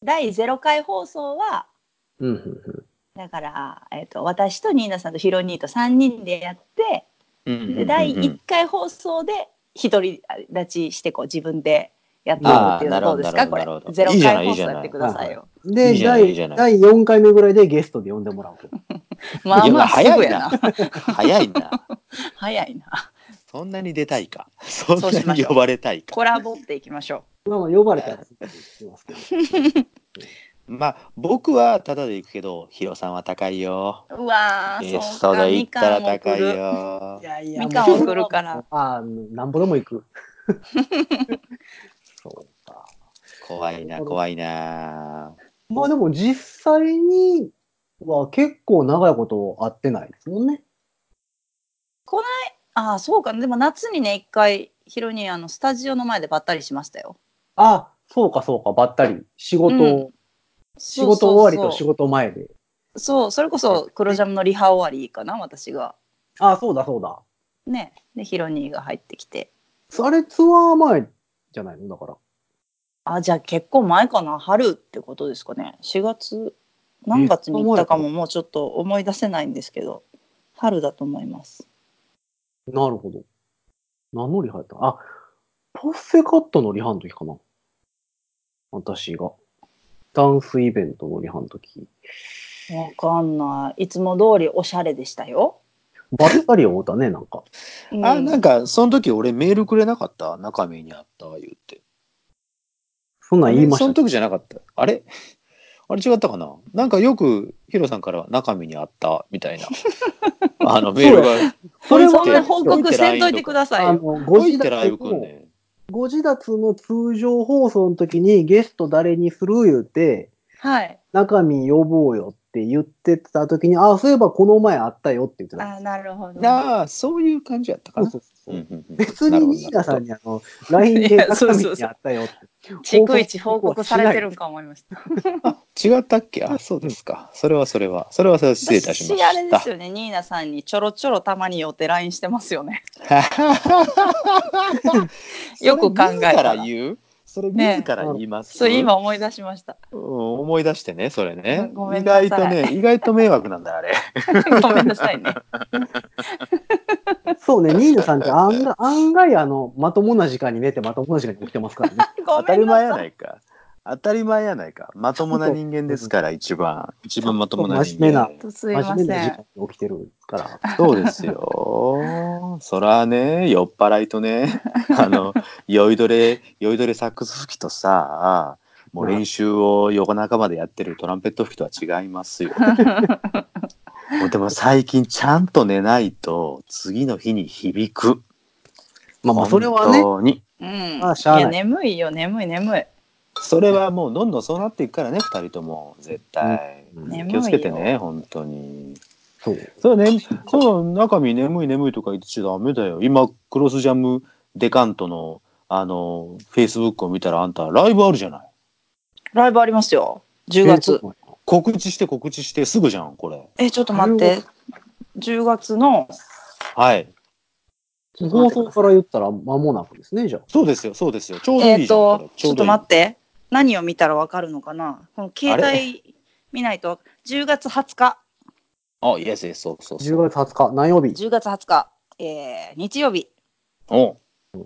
S4: 第0回放送は
S2: うんうん
S4: だから、えっと私とニーナさんとヒロ兄と3人でやって
S3: うんうんうんう
S4: で
S3: ん
S4: 第1回放送で独り立ちしてこう自分でやっていくっていう
S3: あー
S4: のどうですかこ
S3: な
S4: れ
S3: るほどなるほど
S4: 0
S3: いいじゃな
S4: 回
S3: いいい
S4: 放
S3: じゃ
S4: 送
S3: ない
S4: やってくださいよ。
S2: うん。で、
S3: いいじゃないいい
S2: 第
S3: じゃない
S2: 第4回目ぐらいでゲストで呼んでもらおうと。
S4: まあ
S3: い
S4: まあ
S3: や
S4: すぐやな
S3: 早いな。
S4: 早いな
S3: そんなに出たいか。そん
S4: そうし
S3: な
S4: ま
S3: に
S4: しょう
S3: 呼ばれたいか。
S4: コラボっていきましょ
S2: まあまあ呼ばれたらすぐ行きますけど。
S3: まあ僕はタダで行くけど、ヒロさんは高いよ。
S4: う。 うわー
S3: ゲス
S4: そ
S3: ト
S4: うか
S3: で
S4: み
S3: 行った
S4: からんも
S3: 高
S4: 来
S3: い
S4: る。
S3: よ。
S2: やい
S4: みかん送るから。
S2: ああ、なんぼでも行 く。そうか。
S3: 怖いな、怖いな。
S2: まあでも実際には結構長いこと会ってないですもんね。
S4: ああそうかでも夏にね一回ヒロ兄あのスタジオの前でばったりしましたよ。
S2: あ、そうかそうか、ばったり。仕事、
S4: うん
S2: 仕事終わりと
S4: そう
S2: 仕
S4: そう
S2: 事前で。
S4: そうそれこそ黒ジャムのリハ終わりかな私が。
S2: あ、そうだそうだ。
S4: ねでヒロ兄が入ってきて
S2: あれツアー前じゃないのだから。
S4: あじゃあ結構前かな春ってことですかね4月何月に行ったかももうちょっと思い出せないんですけど春だと思います
S2: なるほど。何のリハやったあ、ポッセカットのリハの時かな。私が。ダンスイベントのリハの時。
S4: わかんないいつも通りおしゃれでしたよ、
S2: ばったり思ったね、なんか。
S4: うん
S3: あ、なんかその時俺メールくれなかった中身にあった、言って。
S2: そんなん言いま
S3: その
S2: した。
S3: 時じゃなかった。あれあれ違ったかななんかよくヒロさんから中身にあったみたい な。あのメールが。
S2: それ
S4: そ
S2: は
S4: んな報告せんといてください
S2: あの、
S4: よ
S2: ご
S3: どうい
S2: 自
S3: ってライ
S2: 宅
S3: ブくんね
S2: の、
S3: ん。
S2: ご自宅の通常放送の時にゲスト誰にする言うて、
S4: はい
S2: 中身呼ぼうよっって言ってた時に、ああ、そういえばこの前あったよって言ってた。
S4: あなるほど。
S3: ああ、そういう感じやったか
S2: そう
S3: な。
S2: そうそう
S3: うんうんうん
S2: 別にニーナさんにあの、LINE
S4: い
S2: で
S4: やそう
S2: 中
S4: そうそう
S2: 身にあったよって。
S4: 逐一報告されてるんか思いました。
S3: 違ったっけあそうですか。それはそれは。それはそれは失礼いたしました。
S4: 私あれで すよね、ニーナさんにちょろちょろたまに予定 LINE してますよ ね。よく考えたら
S3: それ自ら言うそれ自ら言います、
S4: そう今思い出しま した。
S3: うん思い出してね、それね
S4: ご。め
S3: 意
S4: んなさい
S3: 外とね、意外と迷惑なんだよ、あれ。
S4: ごめんなさいね。
S2: そうね、ニーナさんって案外、案外あの、まともな時間に寝てまともな時間に起きてます からね。
S4: ご
S3: 当た
S4: め
S3: り
S4: んな
S3: 前や
S4: さい。
S3: ないか。当たり前やないか。まともな人間ですから、一番。一番まともな人
S2: 真面目な
S3: 間。
S4: すい
S2: 真
S4: ま
S2: 面目
S4: せ
S2: なん時。間に起きてるから。
S3: そうですよ。そらね、酔っ払いとね、あの、酔いどれ、酔いどれサックス吹きとさ、もう練習を夜中までやってるトランペット吹きとは違いますよ。もうでも最近ちゃんと寝ないと、次の日に響く。
S2: まあまあ、それはね、
S3: 本当に。
S4: うん、
S2: あしゃあない
S4: いや眠いよ眠い眠い
S3: それはもうどんどんそうなっていくからね、二人とも、絶対。
S2: うん
S4: 眠い
S3: 気
S4: よ
S3: をつけてね、本当に。
S2: そう。
S3: そうね、そう、中身眠い眠いとか言ってちゃダメだよ。今、クロスジャムデカントの、あの、フェイスブックを見たらあんたライブあるじゃない。
S4: ライブありますよ10月
S3: 告知して告知してすぐじゃん、これ。
S4: えちょっと待って10月の
S3: はい。
S2: 放送から言ったら間もなくですね、じゃあ。
S3: そうですよ、そうですよ。ちょうどい
S4: え
S3: い
S4: っ、
S3: じゃん。これ
S4: と
S3: ち
S4: ち
S3: ょ
S4: ょ
S3: うど
S4: っと
S3: いい
S4: 待って何を見たらわかるのかなこの携帯見ないと10月20日
S3: あ、イエスイエス、そうそうそう。
S2: 10月20日、何曜日
S4: 10月20日、えー日曜日
S3: おう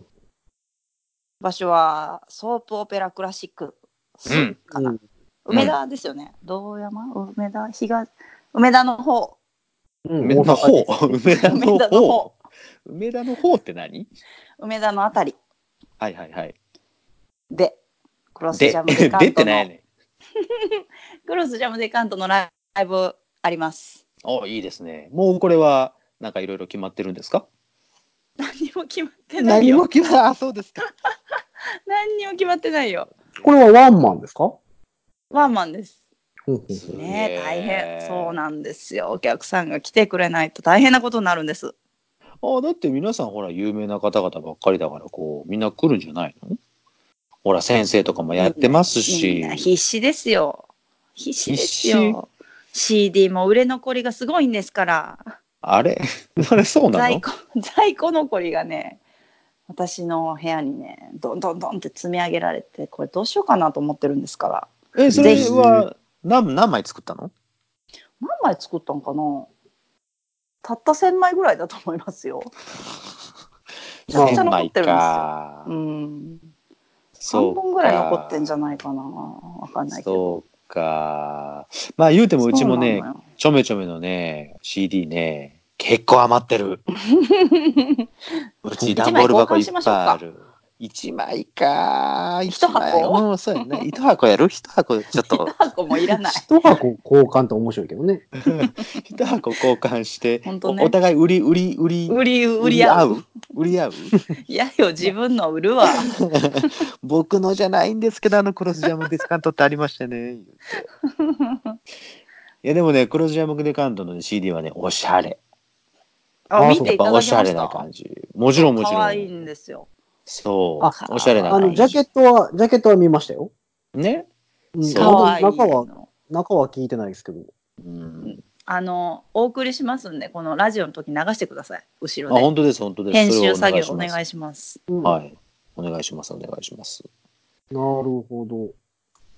S4: 場所はソープオペラクラシックス
S3: うん
S4: かな、
S2: うん
S4: 梅田ですよね道山梅田東梅田の方
S2: うん
S3: 梅田の方。梅田の
S4: 梅田の
S3: 方
S4: 方。
S3: 梅田の方って何
S4: 梅田のあたり
S3: はいはいはい。
S4: でクロスジ
S3: で
S4: ャムデ、カ
S3: 出
S4: ン
S3: て
S4: ト
S3: ない
S4: の
S3: ね。
S4: クロスジャムデカントのライブあります。
S3: おいいですね。もうこれは、なんかいろいろ決まってるんですか
S4: 何も 決まってないよ。
S3: 決まあ、そうですか。
S4: 何にも決まってないよ。
S2: これはワンマンですか
S4: ワンマンです。
S2: うんうん
S3: すげ
S4: ね
S3: え
S4: え大変。そうなんですよ。お客さんが来てくれないと大変なことになるんです。
S3: あだって皆さんほら有名な方々ばっかりだからこうみんな来るんじゃないのほら先生とかもやってます
S4: み
S3: し
S4: んな必死ですよ。必死ですよ。CD も売れ残りがすごいんですから
S3: あれ あれそうな
S4: 在
S3: の
S4: 庫 在庫残りがね私の部屋にねどんどんどんって積み上げられてこれどうしようかなと思ってるんですから
S3: えそれ
S4: ぜひ
S3: は何何枚作ったの
S4: 何枚作ったんかなたった1,000枚ぐらいだと思いますよ。めちゃくちゃ残ってるんですよ
S3: 千枚か
S4: うん、
S3: そう
S4: 半
S3: か
S4: 分ぐらい残ってんじゃないかなわかんないけど。
S3: そうかまあ言うてもうちも
S4: そう
S3: ね
S4: なのよ
S3: ちょめちょめのね CD ね結構余って るうち段ボール箱いっぱいある。一枚か。
S4: 一箱
S3: 枚うん、そうや ね。一箱やる一箱ちょっと。
S4: 箱もいらない。
S2: 一箱交換って面白いけどね。
S3: 一箱交換して、
S4: ほんとね
S3: おお 互い売り売り売り
S4: 売り売り合う。
S3: う。売り合う。
S4: いやよ自分の売 るわ。
S3: 僕のじゃないんですけど、あのクロスジャムディスカウントってありました ね。言っていやでもね、クロスジャムディスカウントのね CD はね、おしゃれ。
S4: あ
S2: あ
S4: 見てい
S3: や
S4: た
S3: っぱ
S4: だ
S3: お
S4: け
S3: しゃ
S4: ま
S3: れ
S4: し
S3: な
S4: た
S3: 感。じ。もちろんもち
S4: 可
S3: ろ
S4: 愛いん
S3: ん。
S4: ですよ。
S3: そう。おしゃれな
S2: あ
S3: 感
S2: の、
S3: じ。
S2: ジャケットは、ジャケットは見ましたよ。
S3: ね。
S2: うん
S3: そう
S4: 可愛い
S2: 中は、
S4: の。
S2: 中は聞いてないですけど。
S3: うん。
S4: あのお送りしますんでこのラジオの時流してください後
S3: あ
S4: ろで。
S3: 本当です本当です。
S4: 編
S3: それを
S4: 集作業お
S3: お願いします
S4: 願
S2: う
S4: いします。
S2: ん
S3: はい。お願いします、お願いします。
S2: なるほど。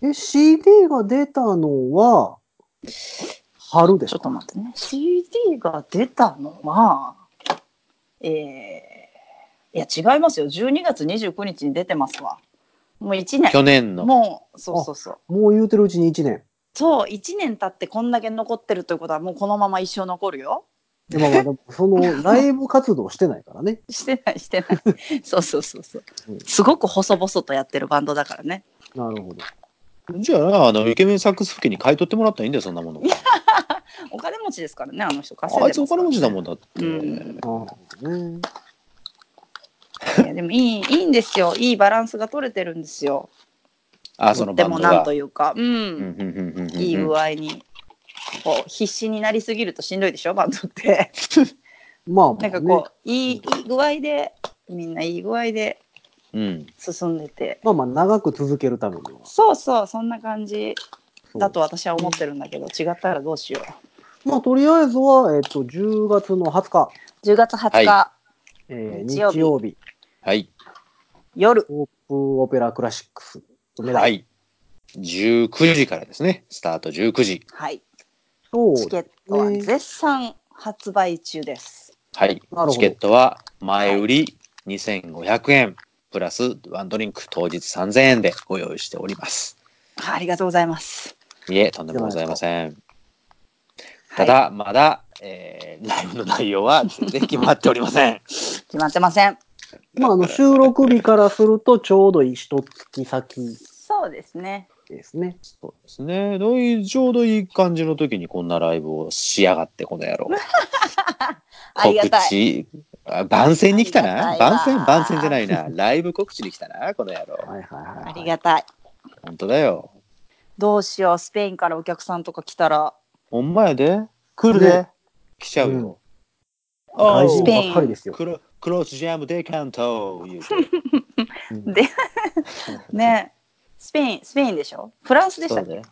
S2: え、CD が出たのは、春で
S4: ち
S2: し
S4: ょっと
S2: ょ
S4: 待ってね。CD が出たのは、えー、いや違いますよ。12月29日に出てますわ。もう1年。
S3: 去年の。
S4: もう、そうそうそう。
S2: もう言うてるうちに1年。
S4: そう、1年経ってこんだけ残ってるということは、もうこのまま一生残るよ。
S2: でもま あ、でもその、ライブ活動してないからね。
S4: してない、してない。 そうそうそうそう
S2: うん。
S4: すごく細々とやってるバンドだからね。
S2: なるほど。
S3: じゃあ、あの、イケメンサックス付近に買い取ってもらったらいいんだよ、そんなもの。
S4: お金持ちですからね、あの人。稼いで
S3: あいつお
S4: ますから
S3: 金
S4: ね
S3: 持ちだもんだって。
S4: うん
S2: なるほどね。
S4: いやでもいい、いいんですよ。いいバランスが取れてるんですよ。
S3: あ、その
S4: で
S3: バン
S4: も
S3: ド
S4: なん
S3: が
S4: と。いうか、うん。
S3: うんうんうんうんうん
S4: いい具合にこう必死になりすぎるとしんどいでしょバンド って。
S2: まあ、
S4: なんか
S2: ね
S4: こう、いいいい具合でみんないい具合で
S3: うん。
S4: 進んでて
S2: まあまあ、長く続けるためには。
S4: そうそうそんな感じ
S2: そう
S4: だと私は思ってるんだけど違ったらどうしよ
S2: まあ、とりあえずは、えっ、と、10月の20日、
S4: う10月20日、
S3: は
S2: えー
S4: 日
S2: 日
S4: 曜
S2: 曜
S4: 日
S2: 日、
S3: はい。
S4: 夜
S2: オープンオペラクラシックス、梅田。
S3: はい。19時からですね。スタート19時。
S4: はい
S2: そう
S4: チケットは絶賛発売中です。
S3: はい
S2: なるほ。ど
S3: チケットは前売り2500円、プラスワンドリンク当日3000円でご用意しております。
S4: はいありがとうございます。
S3: いえ、とんでもございません。た
S4: は
S3: だ、まだ、えー、ライブの内容 は全然決まっておりません。
S4: い、決まってません。
S2: まあ、あの、収録日からすると、ちょうど一月先
S4: そうですね。
S2: ですね。
S3: そうですね。どういう、ちょうどいい感じの時にこんなライブをしやがって、この 野郎。
S4: ありがた
S3: 告
S4: い。
S3: 知、あ番宣に来たな。
S4: ありがたいわ
S3: 番宣、番宣じゃない な。ライブ告知に来たな、この野郎。
S2: はいはいはい、はい。
S4: ありがたい。
S3: 本当だよ。
S4: どうしようスペインからお客さんとか来たら
S3: ほんまやで。来るで
S2: ね。
S3: 来ちゃうよ。
S2: 外
S4: ス
S2: 人
S4: ペイン
S2: ばっかりですよ。
S3: クロクロスジャムデカント言うて
S2: うん
S4: で ねスペインスペインでしょフランスでし
S3: そ
S4: た
S3: う
S4: っけ
S3: だよ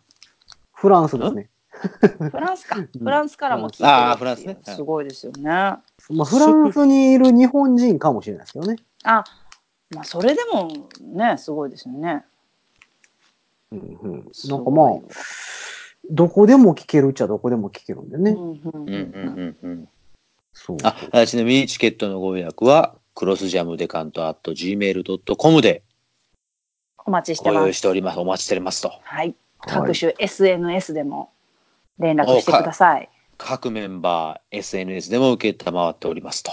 S2: フランスですね。
S4: フランスかフランスからも聞いてる
S3: あーフランスね
S4: っていうすごいですよね。あ
S2: まあ、フランスにいる日本人かもしれないですけどね。
S4: まあそれでもねすごいですよね。
S2: うんうん、なんかまあ、どこでも聞けるっちゃどこでも聞けるんでね。
S4: うんうん
S3: うんうんうんうん。
S2: そう
S3: あ、あちなみにチケットのご予約は、クロスジャムデカント at gmail.com で
S4: お待ちして
S3: ご
S4: ま
S3: 用
S4: す
S3: 意。しております。お待ちしておりますと。
S4: はい、
S2: はい
S4: 各種 SNS でも連絡してください。
S3: 各メンバー、SNS でも受けたまわっておりますと。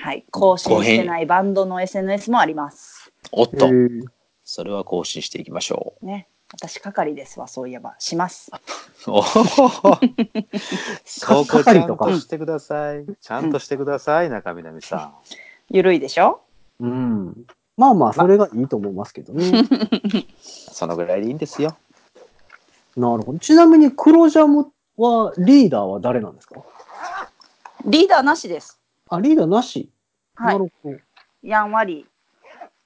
S4: はい、更新してないバンドの SNS もあります。
S3: おっ
S2: え
S3: と、
S2: ー
S3: それは更新していきま しょ
S4: ね、私係ですわ、そういえば、します。
S3: う。おほほそこちゃ
S2: 係
S3: ん
S2: とか
S3: としてください。ちゃんとしてください、中南さん。
S4: ゆるいでしょ
S2: うん。まあまあ、それがいいと思いますけどね。なる
S3: そのぐらいでいいんですよ。
S2: ほど。ち なみに、黒ジャムは、リーダーは誰なんですか
S4: リーダーなしです。
S2: あ、リーダーなし。
S4: は
S2: ないる、ほど。
S4: やんわり。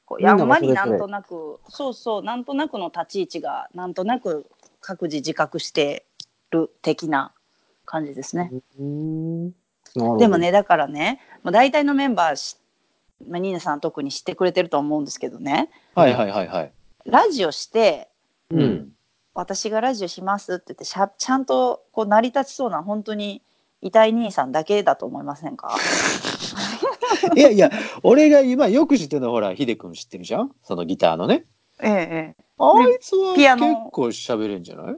S4: こう
S2: みんな
S4: や
S2: が
S4: んわ
S2: そ
S4: り
S2: れ
S4: な
S2: ぞれ
S4: んとなく、そうそう、なんとなくの立ち位置が、なんとなく各自自覚してる的な感じですね。
S2: うーん。なるほど
S4: でも。ね、だからね、まあ、大体のメンバーし、まあ、ニーナさん特に知ってくれてると思うんですけどね、
S3: はいはいはいはい。
S4: ラジオして、
S2: うん。
S4: 私がラジオしますって言ってしゃちゃんとこう成り立ちそうな本当に痛い兄さんだけだと思いませんか
S3: いやいや、俺が今よく知ってるのはほら、ヒデ君知ってるじゃんそのギターのね。
S4: ええ
S3: あいつは
S4: ピア
S3: 結
S4: ノ
S3: 構喋れんじゃない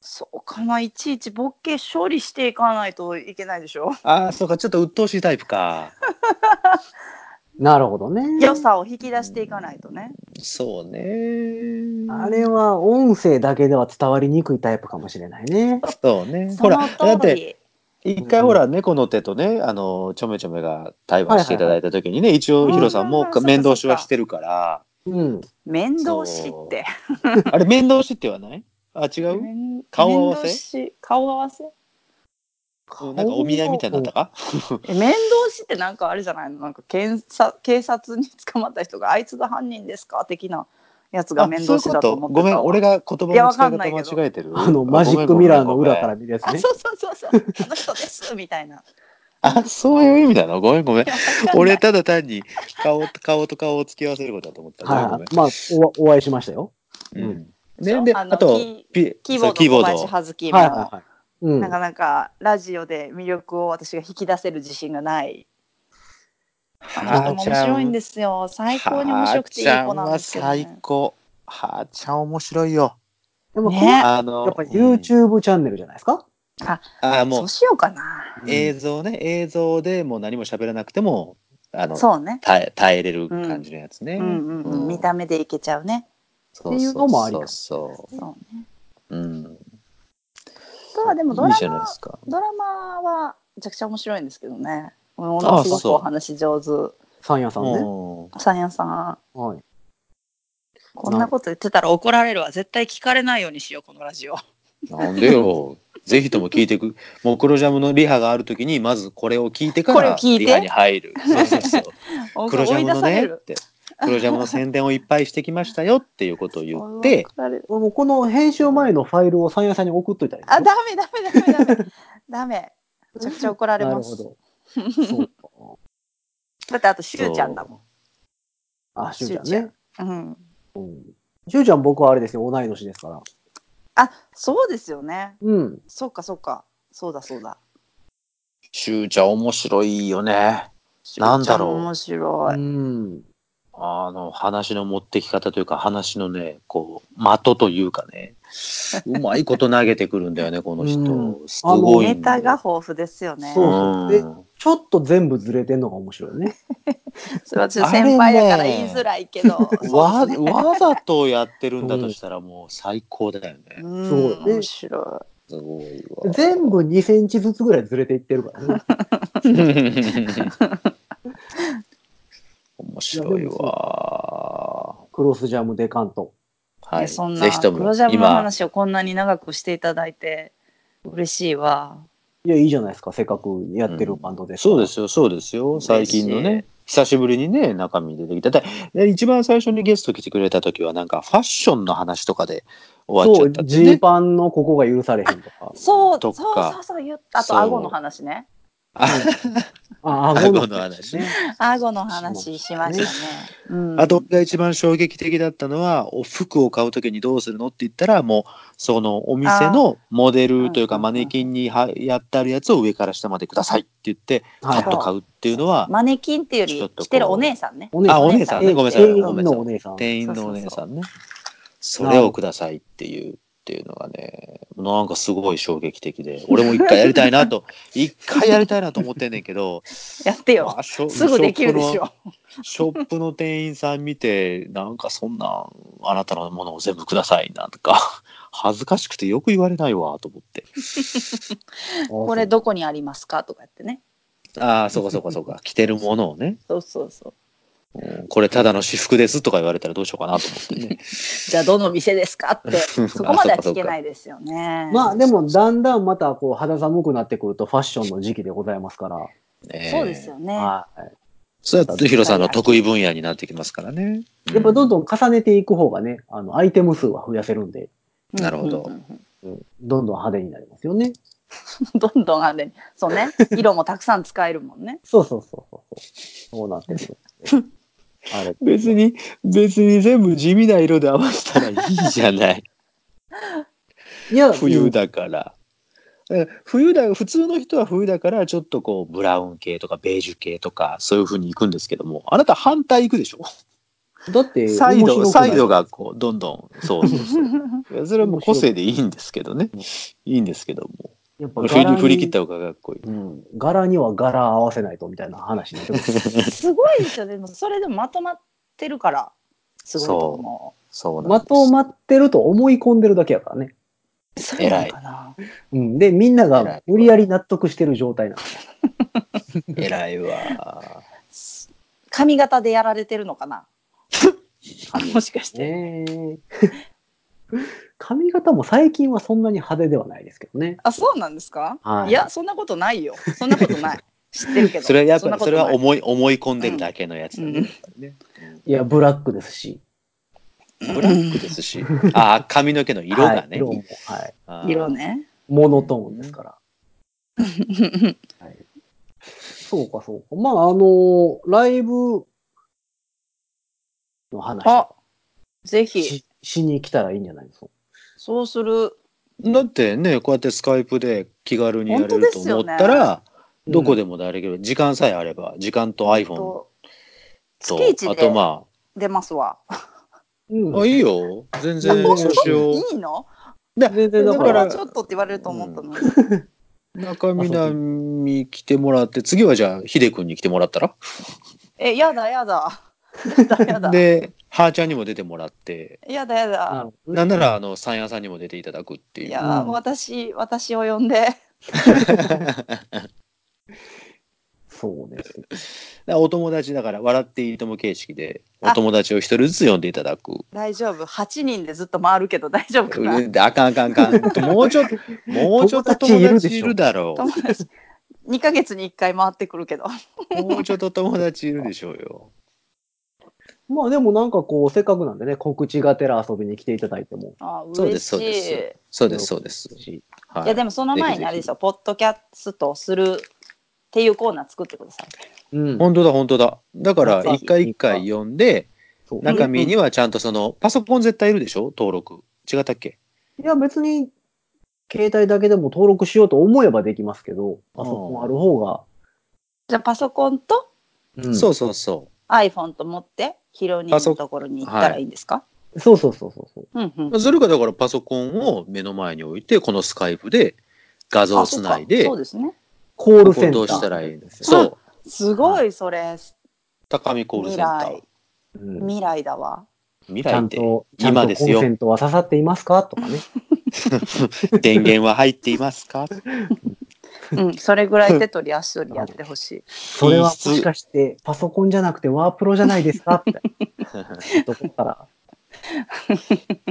S4: そうかないちいちボッケ処理していかないといけないでしょ
S3: ああ、そうか、ちょっと鬱陶しいタイプか。
S2: なるほどね。
S4: 良さを引き出していかないとね
S3: そうね。
S2: あれは、音声だけでは伝わりにくいタイプかもしれないね。
S3: そうね。
S4: そ
S3: ほ
S4: の
S3: ら、だっ
S4: 通
S3: て、
S4: り
S3: 一回ほら、猫の手とね、あの、ちょめちょめが対話していただいた時にね、一応ヒロさんも
S4: うんうんうん
S3: 面倒し
S4: そっ
S3: は
S4: かそっか
S3: してるから、
S2: うん。
S4: 面倒しって
S3: あれ面倒しって言わないあ、違う
S4: 面
S3: 顔合わせ
S4: 面倒し顔合わせ
S3: うんなんかお見合いみたいになったか
S4: え面倒しってなんかあれじゃないのなんか検察警察に捕まった人があいつが犯人ですか的なやつが
S3: あ
S4: 面
S3: そうい
S4: 倒
S3: うこ
S4: しだと
S3: と
S4: 思ってた
S3: ごめん、俺が言葉の
S4: いやわ
S3: 使
S4: か
S3: い
S4: んないけ
S3: 方
S4: ど
S3: 間違えてる。
S2: あの、マジックミラーの裏から見るやつ
S4: あ
S2: ね。
S4: そうそうそうそうあの人ですみたいな
S3: あ、そういう意味なのごめんごめん
S4: い。やわかんない
S3: 俺ただ単に顔と顔と顔を付き合わせることだと思った。ごめんご
S2: は
S3: めん
S2: い。まあ、おお会いしましたよ。
S3: う。
S2: うん
S3: ね、で、
S4: あの
S3: あと
S4: キ、
S3: ピ
S4: キー
S3: そ
S4: ボー
S3: うキーボー
S4: ド小林葉月も、
S2: はいはいはい。うん
S4: な。かなかラジオで魅力を私が引き出せる自信がない。あの人も面白いんですよ。最高に面白くていい子なんですけど、
S3: はーちゃんは
S4: ね
S3: 最。高。はーちゃん面白いよ。
S2: でも、
S4: ね
S3: あの、
S2: やっぱ YouTube チャンネルじゃないですか、
S3: あも
S4: そううしようかな。
S3: 映像ね、映像でもう何も喋らなくても、あの、
S4: そうね。
S3: 耐え耐えれる感じのやつね。
S4: うんうんうん。見た目でいけちゃうね。
S3: そう
S2: っていうのもありかも
S3: そうそ
S4: そうね。
S3: う。うん。
S4: あとはでもド
S3: いい
S4: ラ
S3: じゃないで
S4: マ
S3: すか。
S4: ドラマはめちゃくちゃ面白いんですけどね。ものすごくお話上手。
S2: サンヤさんね。
S3: うん
S4: さんやさん。
S2: はい。
S4: こんなこと言ってたら怒られるわ。絶対聞かれないようにしよう、このラジオ。
S3: なんでよ。ぜひとも聞いていく。もう黒ジャムのリハがあるときに、まずこれを聞いてか
S4: これを
S3: ら、
S4: 聞いて
S3: リハに入る。そうそうそう。 黒ジャ
S4: 追
S3: ム
S4: い出
S3: の
S4: され
S3: ねっ
S4: る。
S3: て。黒ジャムの宣伝をいっぱいしてきましたよっていうことを言 って、
S4: 追い出される
S2: もうこの編集前のファイルを三谷さんに送っといたらいい
S4: あ、ダメダメダメダメ。ダメ。めちゃくちゃ怒られ
S2: なる
S4: ます
S2: ほ。ど。そうか。
S4: だってあとしゅうちゃんだも
S2: あ、しゅうちゃん
S4: しゅう
S2: ね。
S4: ん。うん。
S2: しゅうちゃん僕はあれですよ、同い年ですから。
S4: あ、そうですよね。
S2: うん。
S4: そうかそうか。そうだそうだ。
S3: シューちゃん面白いよね。
S4: しゅうちゃ
S3: なんだろう
S4: 面白
S2: う
S4: い。
S2: ん。
S3: あの、話の持ってき方というか、話のね、こう、的というかね、うまいこと投げてくるんだよ ね、この
S2: う
S3: 人。すごい
S4: ネ
S3: んだ
S4: タ
S3: よ。
S4: が豊富ですよね。
S2: そう
S3: うん
S2: でちょっと全部ずれてんのが面白いね。
S4: それは私先輩だから言いづらいけど。そ
S3: わ
S4: うですね
S3: わざとやってるんだとしたらもう最高だよね。
S4: うん
S2: そうね
S4: 面白
S3: すごいわ。
S2: 全部2センチずつぐらいずれていってるからね。
S3: 面白いわ。
S2: クロスジャムデカント。
S4: い。
S3: はい
S4: や
S3: い。
S4: そん
S3: ぜ
S4: な
S3: ひとも
S4: 黒ジャムの
S3: 今、
S4: 話をこんなに長くしていただいて嬉しいわ。
S2: いや、いいじゃないですか。せっかくやってるバンドです、
S3: そうで。すよ、そうですよ。最近のね、久しぶりにね、中身出てきた。だで一番最初にゲスト来てくれた時は、なんかファッションの話とかで終わっ
S2: そ
S3: ち
S2: う、
S3: ゃったん
S2: ジ
S3: で
S2: ー
S3: ね。
S2: パンのここが許されへんとか。
S4: そう、そ
S3: と
S4: う
S3: か
S4: そうそう言った。あ
S3: そう
S4: と、顎の話ね。
S3: あ
S2: あ、顎
S3: 顎
S2: の
S3: の話
S2: ね。
S4: 顎の話しましたね。うん、
S3: あと、俺が一番衝撃的だったのは、お服を買うときにどうするのって言ったら、もう、そのお店のモデルという
S4: あ
S3: か、
S4: ー
S3: マネキンにはやってあるやつを上から下までくださいって言って、
S2: は
S3: パ
S2: い
S3: ッと買うっていうのは、
S4: マネキンっていうよ
S3: ちょっと
S4: り
S3: こう
S4: 着てるお姉さんね。
S2: お姉さん
S3: あお
S4: 姉さんね
S3: ごめんなさい
S2: 店
S3: ごめ
S2: 員
S3: んなさ
S2: の
S3: い
S2: お姉さん。
S3: 店員のお姉さんね。それをくださいっていう、っていうのがね、なんかすごい衝撃的 で、俺も一回やりたいなと、一回やりたいなと思ってんねんけ ど、
S4: やってよ。
S3: まあショ
S4: すぐできるでしょ。
S3: ショップのショップの店員さん見て、なんかそんなん、あなたのものを全部くださいなんとか、 恥ずかしくてよく言われないわと思って。
S2: こ
S4: これどこにありますかとかやってね。
S3: ああ、そうかそうかそう か、着てるものをね、
S4: そうそうそう。
S3: うんこれただの私服ですとか言われたらどうしようかなと思ってね。
S4: じゃあどの店です かってそこまでは聞けないですよね。
S2: まあでもだんだんまたこう肌寒くなってくるとファッションの時期でございますから。
S3: ね
S4: そうですよね。
S2: はい。
S3: それはヒロさんの得意分野になってきますからね。
S2: やっぱどん
S3: ん
S2: どん重ねていく方がね、あの、アイテム数は増やせるんで、
S4: うん
S3: なるほど
S4: うんうん
S2: どんどん派手になりますよね。
S4: うんどんどんあれ、そうね。色もたくさん使えるもん ね。
S2: そうそうそうそう。そうなってる。あれ。
S3: 別に、別に全部地味な色で合わせたらいいじゃ ない。
S2: いや、
S3: 冬だから。え冬だ普通の人は冬だからちょっとこうブラウン系とかベージュ系とかそういう風に行くんですけどもあなた反対行くでしょ
S2: うん。だって、
S3: サイ
S2: 面白
S3: ド
S2: くな
S3: サ
S2: い
S3: イドがこうどんどんそうそうそういや それはもう個性でいいんですけどねいいんですけど
S2: やっぱ
S3: も振り
S2: 柄に
S3: 振り切った方がかっこいい
S2: うん。柄には柄合わせないとみたいな話になってくる
S4: すごいですよね。でもそれでもまとまってるから、すごいと思
S3: そうなん
S2: ま
S3: です
S2: とまってると思い込んでるだけやからね。
S4: う。そうなのかな。
S2: うん。で、みんな
S3: 偉
S2: が
S3: い
S2: 無理やり納得してる状態なんです
S3: 偉いわ
S4: 髪型でやられてるの かなもしかして、
S2: ね。髪型も最近はそんなに派手ではないですけどね。
S4: あそうなんですか、
S2: はい
S4: いやそんなことないよそんなこと ない知ってるけど
S3: それはやっ
S4: ん
S3: ぱ
S4: な
S3: り
S4: こ
S3: そ
S4: と
S3: れ
S4: な
S3: は
S4: い
S3: 思い思い込んでるだけのやつだね
S4: う
S3: や
S4: ん
S3: っぱりね
S2: いや、ブラックですし。
S3: ブラックですしあー髪の毛の色
S2: は
S3: が
S2: い
S3: ね
S2: 色も、はい。
S3: あー
S4: 色ね
S2: モノトーンですから。はい、そうか、そうか。まあ、あのーライブの話
S4: あぜひ
S2: ししに来たらいいんじゃないですか。
S4: そうする
S3: だってねこうやってスカイプで気軽にやれ
S4: 本
S3: る
S4: 当で
S3: と
S4: す
S3: 思
S4: よね
S3: ったら、どこでも誰けど時間さえあれば時間と iPhone と
S4: と月一
S3: あと
S4: で
S3: ま
S4: 出ますわ、
S2: うん
S3: ああいいよ全
S2: い
S3: 然
S2: や
S3: そうしよう
S4: いいの
S3: だ
S2: 全然
S3: だ
S2: だ
S4: こ
S2: か
S4: れ
S2: ら
S4: はちょっとって言われると思ったのに、
S3: 中南来てもらって次はじゃあヒデ君に来てもらったら
S4: えやだやだやだやだ
S3: ではーちゃんにも出てもらって
S4: やだや
S2: な
S4: だ
S2: るほどね
S3: なんならあの三夜さんにも出ていただくっていう
S4: いやー、
S2: うん
S4: 私私を呼んで
S2: そうです。
S3: らお友達だから、笑っていいとも形式で、お友達を一人ずつ呼んでいただく。
S4: 大丈夫8人でずっと回るけど大丈夫かな
S3: うんであかんあかんあかん。 もうちょっと、もうちょっと友
S2: 友
S3: 達
S2: 達
S3: い
S2: い
S3: る
S2: る
S3: だろ
S4: 友達2ヶ月に1回回ってくるけど
S3: う。もうちょっと友達いるでしょうよ。
S2: まあでもなんかこう、せっかくなんでね、告知がてら遊びに来ていただいても。
S4: あー
S3: そう
S4: 嬉
S3: で
S4: しい
S3: すそうですそうです、そうです。
S2: し
S3: はい
S4: やでもその前にあれですよポッドキャストをするっていうコーナー作ってください
S2: うん。
S3: 本当だ、本当だ。だから、
S2: そう
S3: 一回一回読んで、
S2: そう
S3: 中身にはちゃんとその、パソコン絶対いるでしょ登録。違ったっけ
S2: いや、別に、携帯だけでも登録しようと思えばできますけど、パソコンある方が。
S4: じゃあパソコンと
S2: うん
S3: そうそうそ
S4: iPhone と持ってヒロニーのところに行ったらいいんですか、
S2: そうそうそうそうそう。
S4: うんうん
S3: う。それか、だからパソコンを目の前に置いて、このスカイプで画像を
S4: あ
S3: つ
S4: そう
S3: な
S4: か
S3: いで、
S4: そうですね
S2: コール
S3: こ
S2: セ
S3: こ
S2: ンタ
S3: ど
S2: ー。
S3: うしたらいいんです
S4: よ
S3: そう。
S4: すごいそれ
S3: 高見コールセンター。
S2: うん
S4: 未来だわ
S3: 未
S2: ちゃ
S3: 来っ
S2: ん
S3: て、
S2: と、ちゃん
S3: 今
S2: と
S3: です
S2: コン
S3: よ
S2: セ。ントは刺さっていますかとかね。
S3: 電源は入っていますか
S4: うんそれぐらい手取り足取りやって ほしい
S2: それはもしかして、パソコンじゃなくてワープロじゃないですかって。どこから。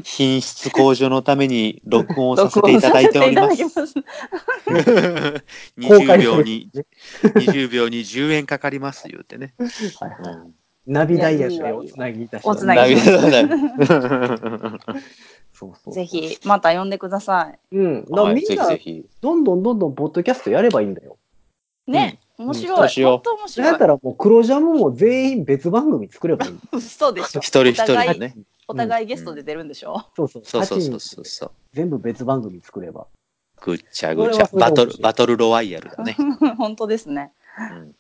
S3: 品質向上のために録音させていただいております。
S4: 録音させていただき
S2: 公開する
S3: 20秒に、20秒に10円かかります言うてね。
S2: はいはいナビダイヤルでおつなぎいたします
S4: おつなぎしま
S2: そ
S4: す
S2: うそ
S4: ま
S2: う。
S4: すぜ。ひまた呼んでくださ
S2: うん。だから
S3: はい、
S2: みん
S3: ぜひ
S2: な
S3: ぜ、ひ。
S2: どんどんどんどんポッドキャストやればいいんだよ。
S4: いね、
S3: そ
S4: 面白
S3: う
S4: い
S3: しよう
S4: 本当面
S2: だ
S4: 白
S2: っ
S4: い
S2: たらもう黒ジャムも全員別番組作ればいい。
S4: 嘘でしょ
S3: 一人一人
S4: お
S3: で
S4: 互い
S3: ね。
S4: お互いゲストで出るんでしょ、
S2: そうそう。
S3: そうそうそう
S2: 八
S3: そ
S2: 人
S3: うそう。
S2: 全部別番組作れば。
S3: ぐっちゃぐち
S2: それ
S3: ゃ
S2: は。それで
S3: バトル
S2: 面白、い
S3: バトルロワイヤルだね。
S4: 本当ですね
S3: うん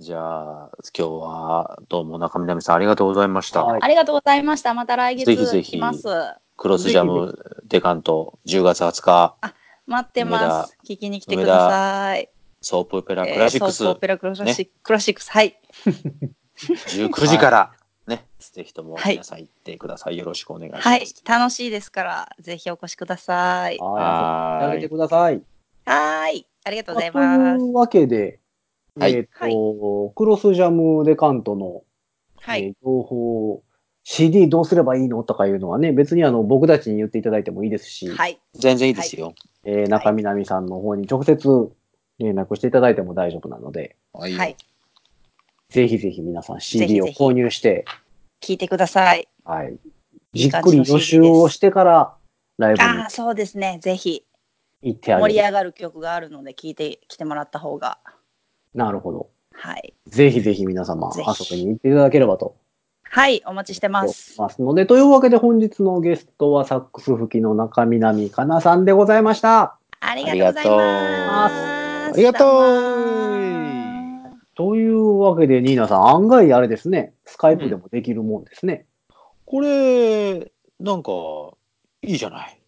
S3: じゃあ、今日はどうも中南さんありがとうございました。
S2: はい
S4: ありがとうございましたまた来
S3: ぜひぜ
S4: 月
S3: ひ
S4: 来ます
S3: クロスジャムデカント10月20日、
S4: 待ってます聞きに来てください
S3: ソープオペラ
S4: えー
S3: クラシックス
S4: そうそうオペラクラシック、クラシックスはい
S3: 19時から、ね、ぜひとも
S4: はい
S3: 皆さん行ってください。よろしくお願いします。
S4: はい楽しいですからぜひお越しくださ
S2: は
S4: い
S2: い。
S3: は
S2: や
S3: ーい
S2: めてください。
S4: はーいありがとうござい
S2: まあと
S4: ま
S2: い
S4: す
S2: うわけで、
S3: はい
S2: えっ、と、クロスジャムデカントの、
S4: は
S2: え
S4: い
S2: ー情報、CD どうすればいいのとかいうのはね、別にあの僕たちに言っていただいてもいいですし、
S4: はい
S3: 全然いいですよ。
S2: えー中南さんの方に直接連絡していただいても大丈夫なので、
S3: は
S4: はい
S2: ぜひぜひ皆さん
S4: ひぜひ
S2: CD を購入して、
S4: 聞いてください
S2: はい、
S4: い
S2: じ
S4: い
S2: っ
S4: 感
S2: く
S4: じ
S2: り
S4: の CD
S2: 予習をしてからライブ
S4: ああそうですねぜひ
S2: に行ってあ
S4: 盛り
S2: げる。
S4: 上がる曲があるので聞いてきてもらった方が
S2: なるほど。
S4: はい
S2: ぜひぜひ皆様
S4: ぜ
S2: 遊
S4: ひ
S2: びに行っていただければと
S4: はいお待ちしてます
S2: ますので、というわけで本日のゲストはサックス吹きの中南かなさんでございました。
S4: ありがとうございます
S3: ありがとう
S2: というわけで、ニーナさん、案外あれですね、スカイプでもできるもんですね。
S3: これ、なんか、いいじゃない。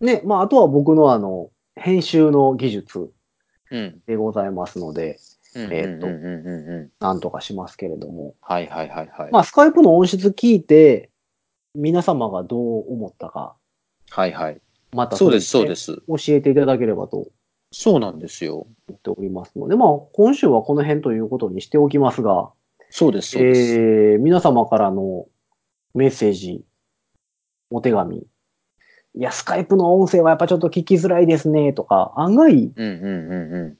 S2: ね、まあ、あとは僕のあの、編集の技術
S3: うん。
S2: でございますので、
S3: え
S2: えーっと
S3: うんうんうんうん。
S2: なんとかしますけれども、
S3: はいはいはいはい。
S2: まあ、スカイプの音質聞いて、皆様がどう思ったか、
S3: はいはい。
S2: また。
S3: そうですそうですす。
S2: 教えていただければと
S3: そうなんですよ。
S2: 思っておりますので、まあ、今週はこの辺ということにしておきますが、
S3: そうですそうです。
S2: えー、皆様からのメッセージ、お手紙、いや、スカイプの音声はやっぱちょっと聞きづらいですね、とか、案外
S3: うんうんうんうん。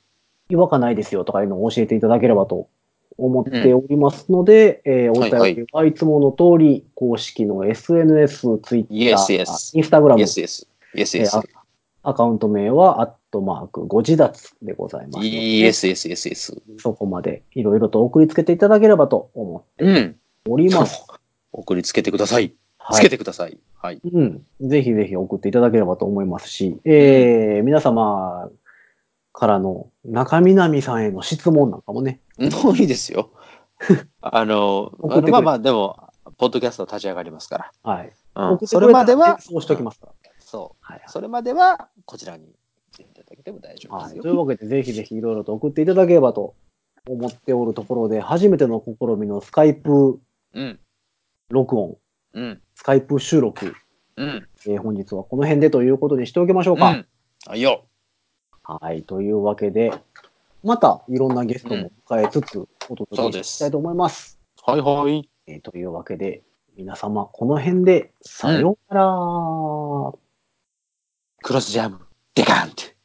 S2: 違和感ないですよ、とかいうのを教えていただければと思っておりますので、えーお
S3: はいは
S2: 便りはいつもの通り、公式の SNS、Twitter、
S3: Yes, yes.
S2: あ Instagram、
S3: Yes, yes. Yes,
S2: え
S3: yes.
S2: ーあアカウント名は、アットマーク、ご自立でございますので、
S3: Yes, yes, yes, yes.
S2: そこまでいろいろと送りつけていただければと思
S3: う
S2: っ
S3: ん。
S2: ております。
S3: 送りつけてください。
S2: は
S3: つ
S2: い
S3: けてください。はい。
S2: うん。ぜひぜひ送っていただければと思いますし、えー、皆様からの中南さんへの質問なんかもね、
S3: もういいで すよ。あの、
S2: 送ってくれ
S3: まあまあ、でも、ポッドキャスト立ち上がりますか
S2: はい。
S3: ら。うん、
S2: 送って
S3: そ
S2: く
S3: れ
S2: れ
S3: までは、
S2: そうしておきますから。
S3: そう。
S2: はいはい
S3: それまでは、こちらに来ていただけても大丈夫で
S2: は
S3: す
S2: い、
S3: よ。
S2: というわけで、ぜひぜひいろいろと送っていただければと思っておるところで、初めての試みのスカイプ
S3: うん、
S2: 録音、
S3: うん、
S2: スカイプ収録、
S3: うん。
S2: えー本日はこの辺でということにしておきましょうか。
S3: うん。はいよ。
S2: はい、というわけで、またいろんなゲストも迎えつつ、お
S3: そう
S2: 届
S3: で
S2: け
S3: す
S2: したいと思います。
S3: はいはい。
S2: えーというわけで、皆様、この辺で、さようなら。
S3: クロスジャム、デカンって。